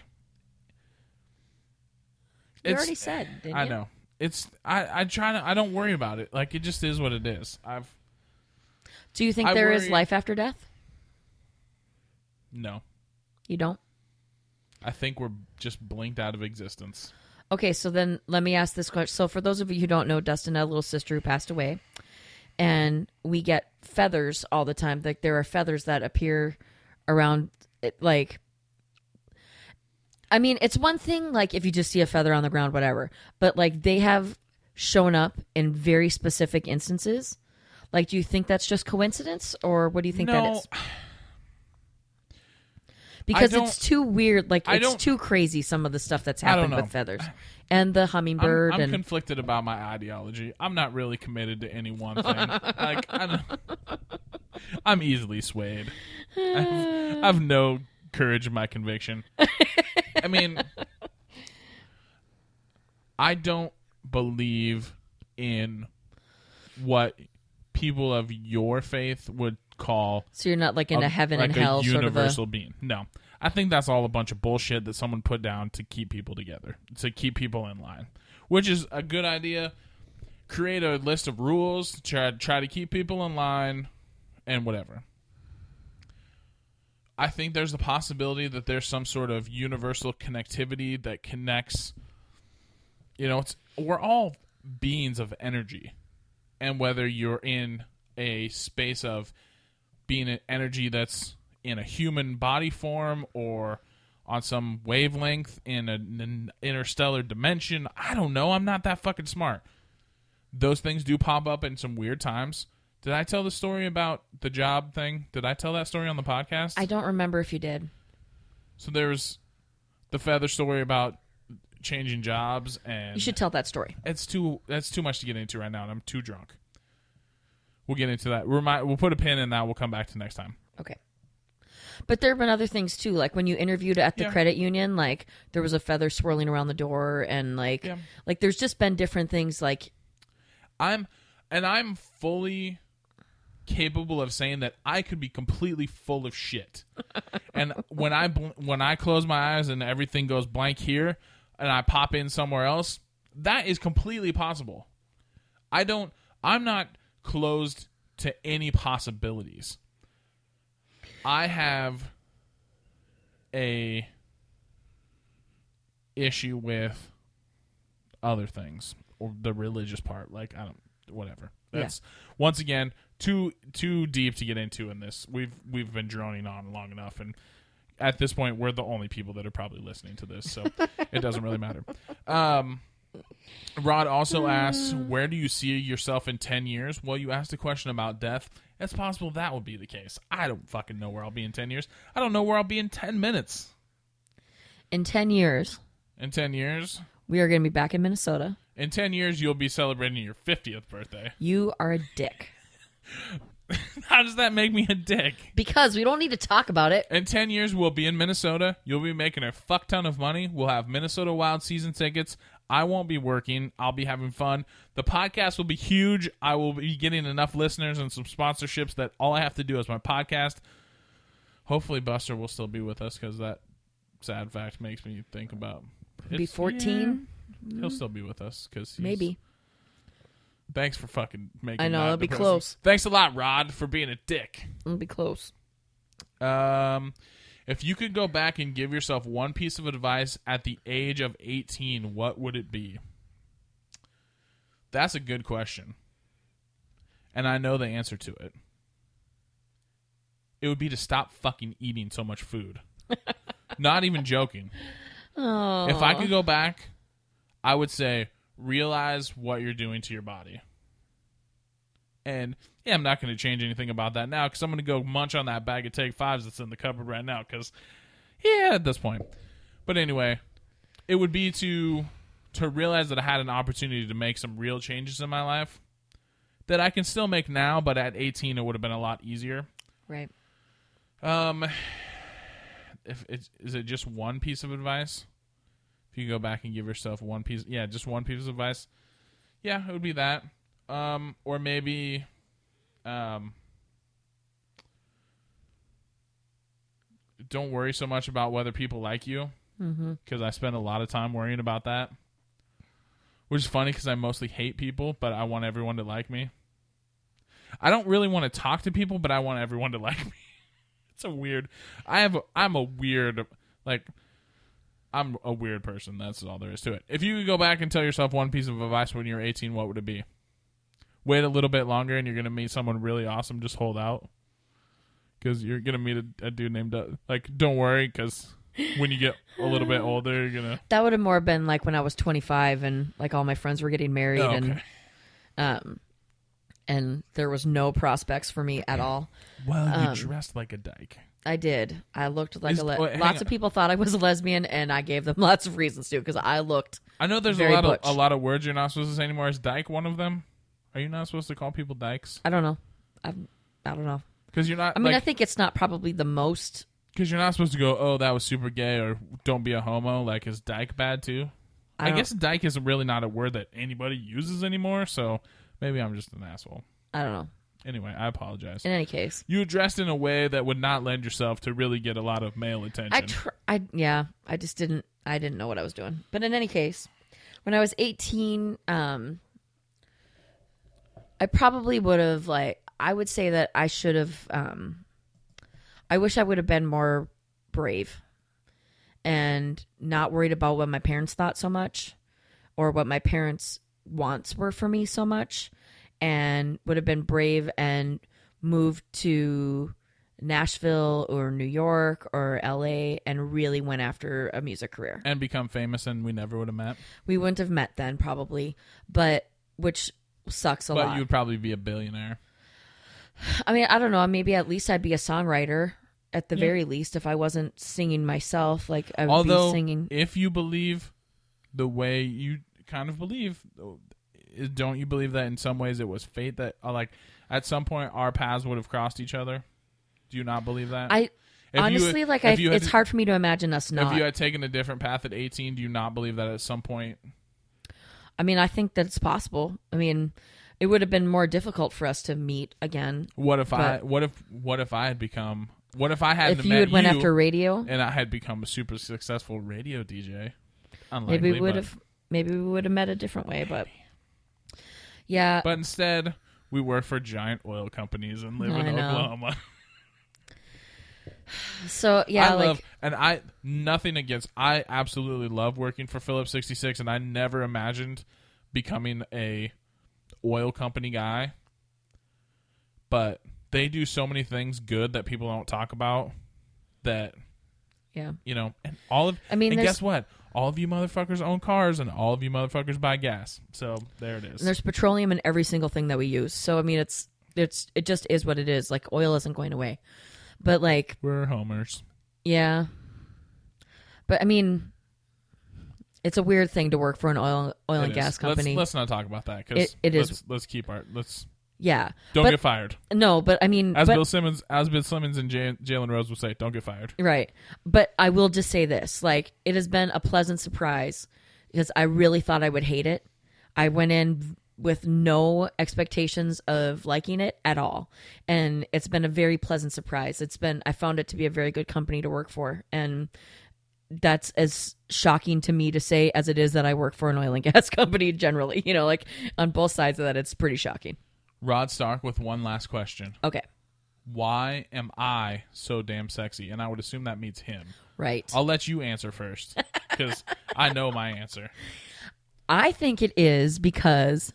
S3: You
S2: It's-
S3: already said, didn't
S2: I
S3: you?
S2: know it's I I try to I don't worry about it. Like it just is what it is. I've
S3: Do you think
S2: I
S3: there is
S2: worry-
S3: life after death?
S2: no.
S3: You don't?
S2: I think we're just blinked out of existence.
S3: Okay, so then let me ask this question. So, for those of you who don't know, Dustin had a little sister who passed away, and we get feathers all the time. Like, there are feathers that appear around, it, like, I mean, it's one thing like if you just see a feather on the ground, whatever. But like they have shown up in very specific instances. Like, do you think that's just coincidence, or what do you think that
S2: no,
S3: is? Because
S2: don't-
S3: it's too weird. Like,
S2: I
S3: it's
S2: don't-
S3: too crazy. Some of the stuff that's
S2: I don't
S3: happened
S2: know.
S3: with feathers and the
S2: I'm-
S3: hummingbird
S2: I'm,
S3: and
S2: conflicted about my ideology. I'm not really committed to any one thing. like I'm, I'm easily swayed. I've, I've no courage in my conviction. I mean, I don't believe in what people of your faith would call
S3: so you're not like in a, heaven
S2: like
S3: and hell
S2: a
S3: sort of
S2: universal
S3: a.
S2: being. No, I think that's all a bunch of bullshit that someone put down to keep people together, to keep people in line, which is a good idea. Create a list of rules to try, try to keep people in line, and whatever. I think there's the possibility that there's some sort of universal connectivity that connects. You know, it's we're all beings of energy, and whether you're in a space of being an energy that's in a human body form or on some wavelength in a- an interstellar dimension. I don't know. I'm not that fucking smart. Those things do pop up in some weird times. Did I tell the story about the job thing? Did I tell that story on the podcast?
S3: I don't remember if you did.
S2: so there's the feather story about changing jobs and
S3: You should tell that story.
S2: it's too that's too much to get into right now and I'm too drunk. We'll get into that. Remind, we'll put a pin in that. We'll come back to next time.
S3: Okay. But there have been other things too, like when you interviewed at the
S2: Yeah.
S3: credit union, like there was a feather swirling around the door, and like,
S2: Yeah.
S3: like there's just been different things. Like,
S2: I'm and I'm fully capable of saying that I could be completely full of shit. and when I bl- when I close my eyes and everything goes blank here and I pop in somewhere else, that is completely possible. I don't I'm not closed to any possibilities. I have a issue with other things or the religious part like i don't whatever
S3: Yeah.
S2: that's once again too too deep to get into in this we've we've been droning on long enough and at this point we're the only people that are probably listening to this so it doesn't really matter um Rod also asks, "Where do you see yourself in ten years?" Well, you asked a question about death. It's possible that would be the case. I don't fucking know where I'll be in ten years. I don't know where I'll be in ten minutes.
S3: in ten years,
S2: In ten years,
S3: we are going to be back in Minnesota.
S2: in ten years, you'll be celebrating your fiftieth birthday.
S3: You are a dick
S2: How does that make me a dick?
S3: because we don't need to talk about it.
S2: In 10 years, we'll be in Minnesota. You'll be making a fuck ton of money. We'll have Minnesota Wild season tickets. I won't be working. I'll be having fun. The podcast will be huge. I will be getting enough listeners and some sponsorships that all I have to do is my podcast. Hopefully, Buster will still be with us because that sad fact makes me think about.
S3: We'll be
S2: it's-
S3: fourteen,
S2: yeah, he'll still be with us because
S3: maybe.
S2: Thanks for fucking making.
S3: I know,
S2: that
S3: that'd be
S2: depressing.
S3: close.
S2: Thanks a lot, Rod, for being a dick.
S3: It'll be close.
S2: Um, if you could go back and give yourself one piece of advice at the age of 18, what would it be? That's a good question. And I know the answer to it. It would be to stop fucking eating so much food. Not even joking.
S3: Oh,
S2: If I could go back, I would say realize what you're doing to your body. And yeah, I'm not going to change anything about that now because I'm going to go munch on that bag of Take Fives that's in the cupboard right now because yeah, at this point. But anyway, it would be to to realize that I had an opportunity to make some real changes in my life that I can still make now, but at 18 it would have been a lot easier.
S3: right.
S2: Um, if it's is it just one piece of advice? If you go back and give yourself one piece, yeah, just one piece of advice. Yeah, it would be that. Um, or maybe, um, don't worry so much about whether people like you,
S3: Mm-hmm.
S2: because I spend a lot of time worrying about that. Which is funny because I mostly hate people, but I want everyone to like me. I don't really want to talk to people, but I want everyone to like me. it's a weird. I have. a- I'm a weird. Like, I'm a weird person. That's all there is to it. If you could go back and tell yourself one piece of advice when you're 18, what would it be? Wait a little bit longer, and you're gonna meet someone really awesome. Just hold out, because you're gonna meet a, a dude named uh, like. Don't worry, because when you get a little bit older, you're gonna.
S3: That would have more been like when I was 25 and like all my friends were getting married
S2: Oh, okay.
S3: and um and there was no prospects for me at all.
S2: Well, you
S3: Um,
S2: dressed like a dyke.
S3: I did. I looked like
S2: Is-
S3: a le-
S2: wait, hang
S3: lots
S2: on.
S3: of people thought I was a lesbian and I gave them lots of reasons to cuz I looked
S2: I know there's a
S3: Very
S2: lot
S3: butch.
S2: of a lot of words you're not supposed to say anymore. Is dyke one of them? Are you not supposed to call people dykes?
S3: I don't know. I I don't know.
S2: Because you're not.
S3: I mean,
S2: like,
S3: I think it's not probably the most
S2: Because you're not supposed to go, oh, that was super gay, or don't be a homo. Like, is dyke bad too?
S3: I
S2: I,
S3: don't-
S2: guess dyke is really not a word that anybody uses anymore, so maybe I'm just an asshole.
S3: I don't know.
S2: Anyway, I apologize.
S3: In any case,
S2: you were dressed in a way that would not lend yourself to really get a lot of male attention.
S3: I tr- I yeah, I just didn't I didn't know what I was doing. But in any case, when I was 18, um I probably would have like I would say that I should have um I wish I would have been more brave and not worried about what my parents thought so much or what my parents wants were for me so much and would have been brave and moved to Nashville or New York or LA and really went after a music career.
S2: and become famous, and we never would have met.
S3: We wouldn't have met then probably, but which sucks a
S2: but
S3: lot.
S2: you would probably be a billionaire.
S3: I mean, I don't know, maybe at least I'd be a songwriter at the very least if I wasn't singing myself like I would
S2: Although,
S3: be singing
S2: if you believe the way you kind of believe, uh, don't you believe that in some ways it was fate that, uh, like, at some point our paths would have crossed each other? Do you not believe that?
S3: I
S2: If you-
S3: honestly like I
S2: if you had
S3: it's
S2: to-
S3: hard for me to imagine us
S2: If
S3: not.
S2: you had taken a different path at 18, do you not believe that at some point?
S3: I mean, I think that it's possible. I mean, it would have been more difficult for us to meet again
S2: What if I?
S3: But-
S2: What if? What if I had become? What if I hadn't
S3: if you
S2: met
S3: had went
S2: you
S3: after radio.
S2: and I had become a super successful radio DJ? Unlikely,
S3: Maybe we would
S2: but-
S3: have maybe we would have met a different way, but yeah,
S2: But instead, we work for giant oil companies and live
S3: I
S2: in
S3: know.
S2: Oklahoma.
S3: so yeah,
S2: I
S3: like
S2: love and I nothing against I absolutely love working for Phillips 66 and I never imagined becoming a oil company guy. But they do so many things good that people don't talk about that
S3: yeah.
S2: you know, and all of
S3: I mean,
S2: and
S3: there's-
S2: guess what? All of you motherfuckers own cars and all of you motherfuckers buy gas. So there it
S3: And
S2: is.
S3: there's petroleum in every single thing that we use. So I mean, it's it's it just is what it is. Like oil isn't going away, but like
S2: We're homers.
S3: yeah, but I mean, it's a weird thing to work for an oil oil
S2: It
S3: and
S2: is.
S3: gas company.
S2: Let's, let's not talk about that because
S3: It- it is-
S2: let's, let's keep our let's
S3: yeah,
S2: don't
S3: but,
S2: get fired.
S3: no, but I mean,
S2: As
S3: but,
S2: Bill Simmons, as Bill Simmons and Jan- Jalen Rose would say, "Don't get fired."
S3: Right. But I will just say this like, it has been a pleasant surprise because I really thought I would hate it. I went in with no expectations of liking it at all. And it's been a very pleasant surprise. It's been, I found it to be a very good company to work for. And that's as shocking to me to say as it is that I work for an oil and gas company generally. You know, like on both sides of that, it's pretty shocking.
S2: Rod Stark with one last question:
S3: Okay.
S2: Why am I so damn sexy? And I would assume that means him.
S3: Right.
S2: I'll let you answer first because I know my answer.
S3: I think it is because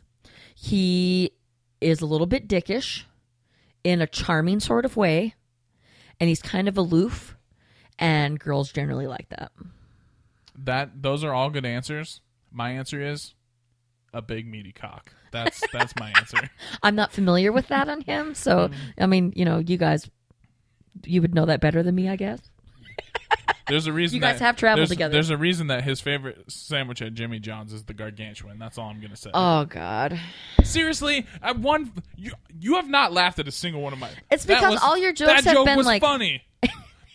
S3: he is a little bit dickish in a charming sort of way, and he's kind of aloof, and girls generally like that.
S2: That those are all good answers. My answer is a big meaty cock. That's that's my answer.
S3: I'm not familiar with that on him, so I mean, you know, you guys, you would know that better than me, I guess.
S2: There's a reason
S3: You guys
S2: that-
S3: have traveled
S2: there's-
S3: together.
S2: There's a reason that his favorite sandwich at Jimmy John's is the gargantuan. That's all I'm gonna say.
S3: Oh God,
S2: Seriously, I one you you have not laughed at a single one of my.
S3: It's
S2: That
S3: because
S2: was-
S3: all your jokes
S2: that
S3: have
S2: joke
S3: been,
S2: was
S3: like-
S2: funny.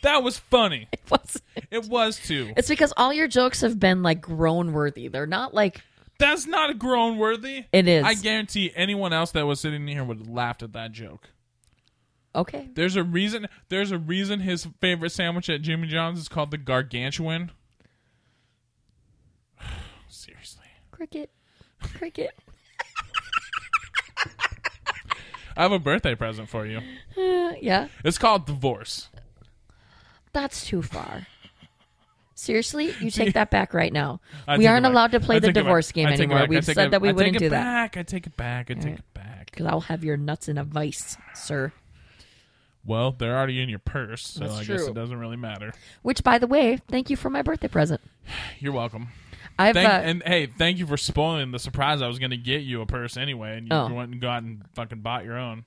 S2: that was funny.
S3: it was.
S2: It was too.
S3: It's because all your jokes have been like grown worthy. They're not like
S2: That's not a grown worthy.
S3: It is.
S2: I guarantee anyone else that was sitting here would have laughed at that joke.
S3: okay.
S2: There's a reason. There's a reason his favorite sandwich at Jimmy John's is called the gargantuan. Seriously,
S3: Cricket, cricket.
S2: I have a birthday present for you.
S3: Uh, yeah.
S2: It's called divorce.
S3: That's too far. Seriously, you take that back right now.
S2: I
S3: we
S2: take it
S3: aren't
S2: back.
S3: allowed to
S2: I
S3: play the
S2: take it back.
S3: divorce game
S2: I take it
S3: anymore.
S2: back. I
S3: We've
S2: take
S3: said
S2: it-
S3: that we
S2: I
S3: wouldn't
S2: take
S3: do
S2: it
S3: that
S2: back. I take it back. I take it back.
S3: because I'll have your nuts in a vice, sir.
S2: Well, they're already in your purse, so
S3: That's
S2: I guess
S3: true.
S2: it doesn't really matter.
S3: Which, by the way, thank you for my birthday present.
S2: You're welcome.
S3: I've
S2: Thank,
S3: uh,
S2: and hey, thank you for spoiling the surprise. I was going to get you a purse anyway, and you
S3: Oh.
S2: went and got and fucking bought your own.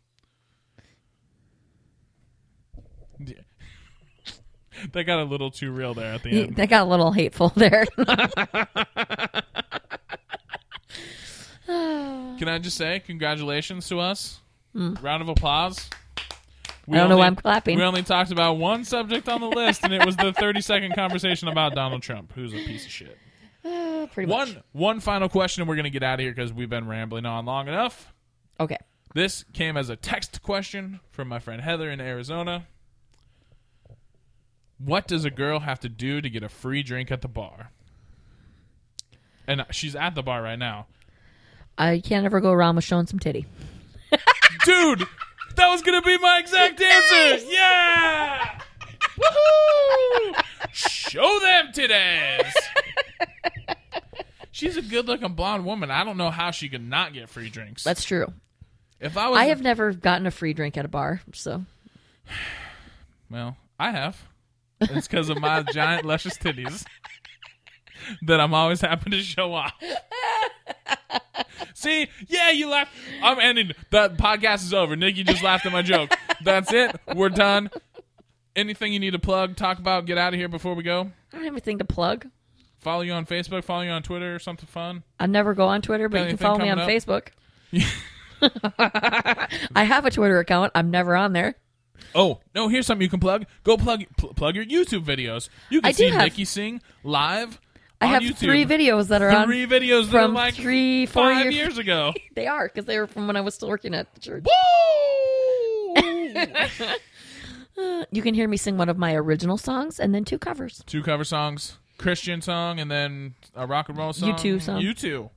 S2: Yeah. that got a little too real there at the
S3: y-
S2: end.
S3: that got a little hateful there.
S2: Can I just say congratulations to us? Round of applause. We
S3: Hmm. I don't know why I'm clapping.
S2: We only talked about one subject on the list, and it was the 30 second conversation about Donald Trump, who's a piece of shit.
S3: Pretty much.
S2: One one final question, and we're gonna get out of here because we've been rambling on long enough.
S3: Okay.
S2: This came as a text question from my friend Heather in Arizona. What does a girl have to do to get a free drink at the bar? And she's at the bar right now.
S3: I can't ever go wrong with showing some titty.
S2: Dude, that was going to be my exact answer. Yeah! Woohoo! Show them today's. She's a good-looking blonde woman. I don't know how she could not get free drinks.
S3: That's true.
S2: if I was
S3: I have never gotten a free drink at a bar, so
S2: Well, I have. It's because of my giant luscious titties that I'm always happy to show off. See, yeah, you laughed. I'm ending. The podcast is over. Nikki just laughed at my joke. That's it. We're done. Anything you need to plug, talk about, get out of here before we go.
S3: I don't have anything to plug.
S2: Follow you on Facebook. Follow you on Twitter. Something fun.
S3: I never go on Twitter, but
S2: Got
S3: you can
S2: anything
S3: follow
S2: coming
S3: me on
S2: up?
S3: Facebook. I have a Twitter account. I'm never on there.
S2: Oh no, here's something you can plug. Go plug pl- plug your YouTube videos. You can
S3: I do
S2: see
S3: have-
S2: Nikki sing live.
S3: I
S2: on
S3: have
S2: YouTube.
S3: three videos that are on.
S2: Three videos that
S3: from
S2: are like
S3: three, four
S2: five
S3: years-
S2: years ago.
S3: They are because they were from when I was still working at the church.
S2: Woo!
S3: You can hear me sing one of my original songs and then two covers.
S2: Two cover songs, Christian song, and then a rock and roll song.
S3: U2 song.
S2: You two.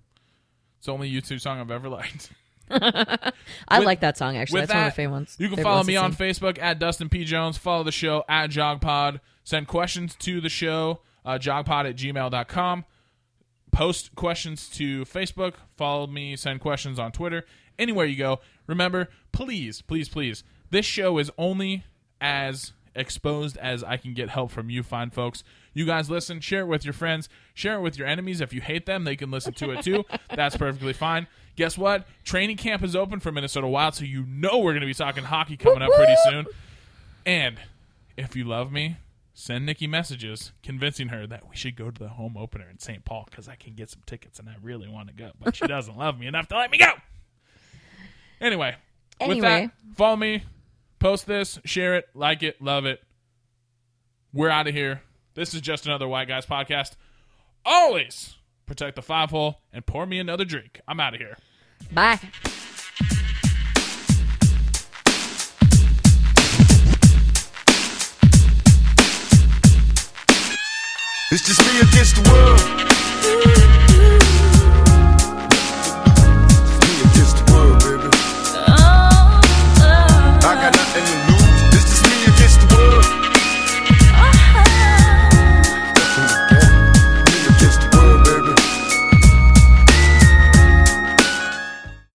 S2: It's the only U two song I've ever liked.
S3: I
S2: With-
S3: like that song actually.
S2: With
S3: That's one of my
S2: that,
S3: favorite ones.
S2: You can
S3: favorite
S2: follow
S3: ones to
S2: me on
S3: sing.
S2: Facebook at Dustin P Jones. Follow the show at JogPod. Send questions to the show uh, jogpod at gmail.com. Post questions to Facebook. Follow me. Send questions on Twitter. Anywhere you go, remember, please, please, please. This show is only as exposed as I can get help from you fine folks. You guys listen, share it with your friends, share it with your enemies. If you hate them, they can listen to it too. That's perfectly fine. Guess what? Training camp is open for Minnesota Wild, so you know we're going to be talking hockey coming up pretty soon. And if you love me, send Nikki messages convincing her that we should go to the home opener in St. Paul because I can get some tickets and I really want to go, but she doesn't love me enough to let me go. Anyway, with that,
S3: Anyway.
S2: follow me, post this, share it, like it, love it. We're out of here. This is just another White Guys podcast. Always protect the five hole and pour me another drink. I'm out of here.
S3: Bye.
S4: It's just me against the world.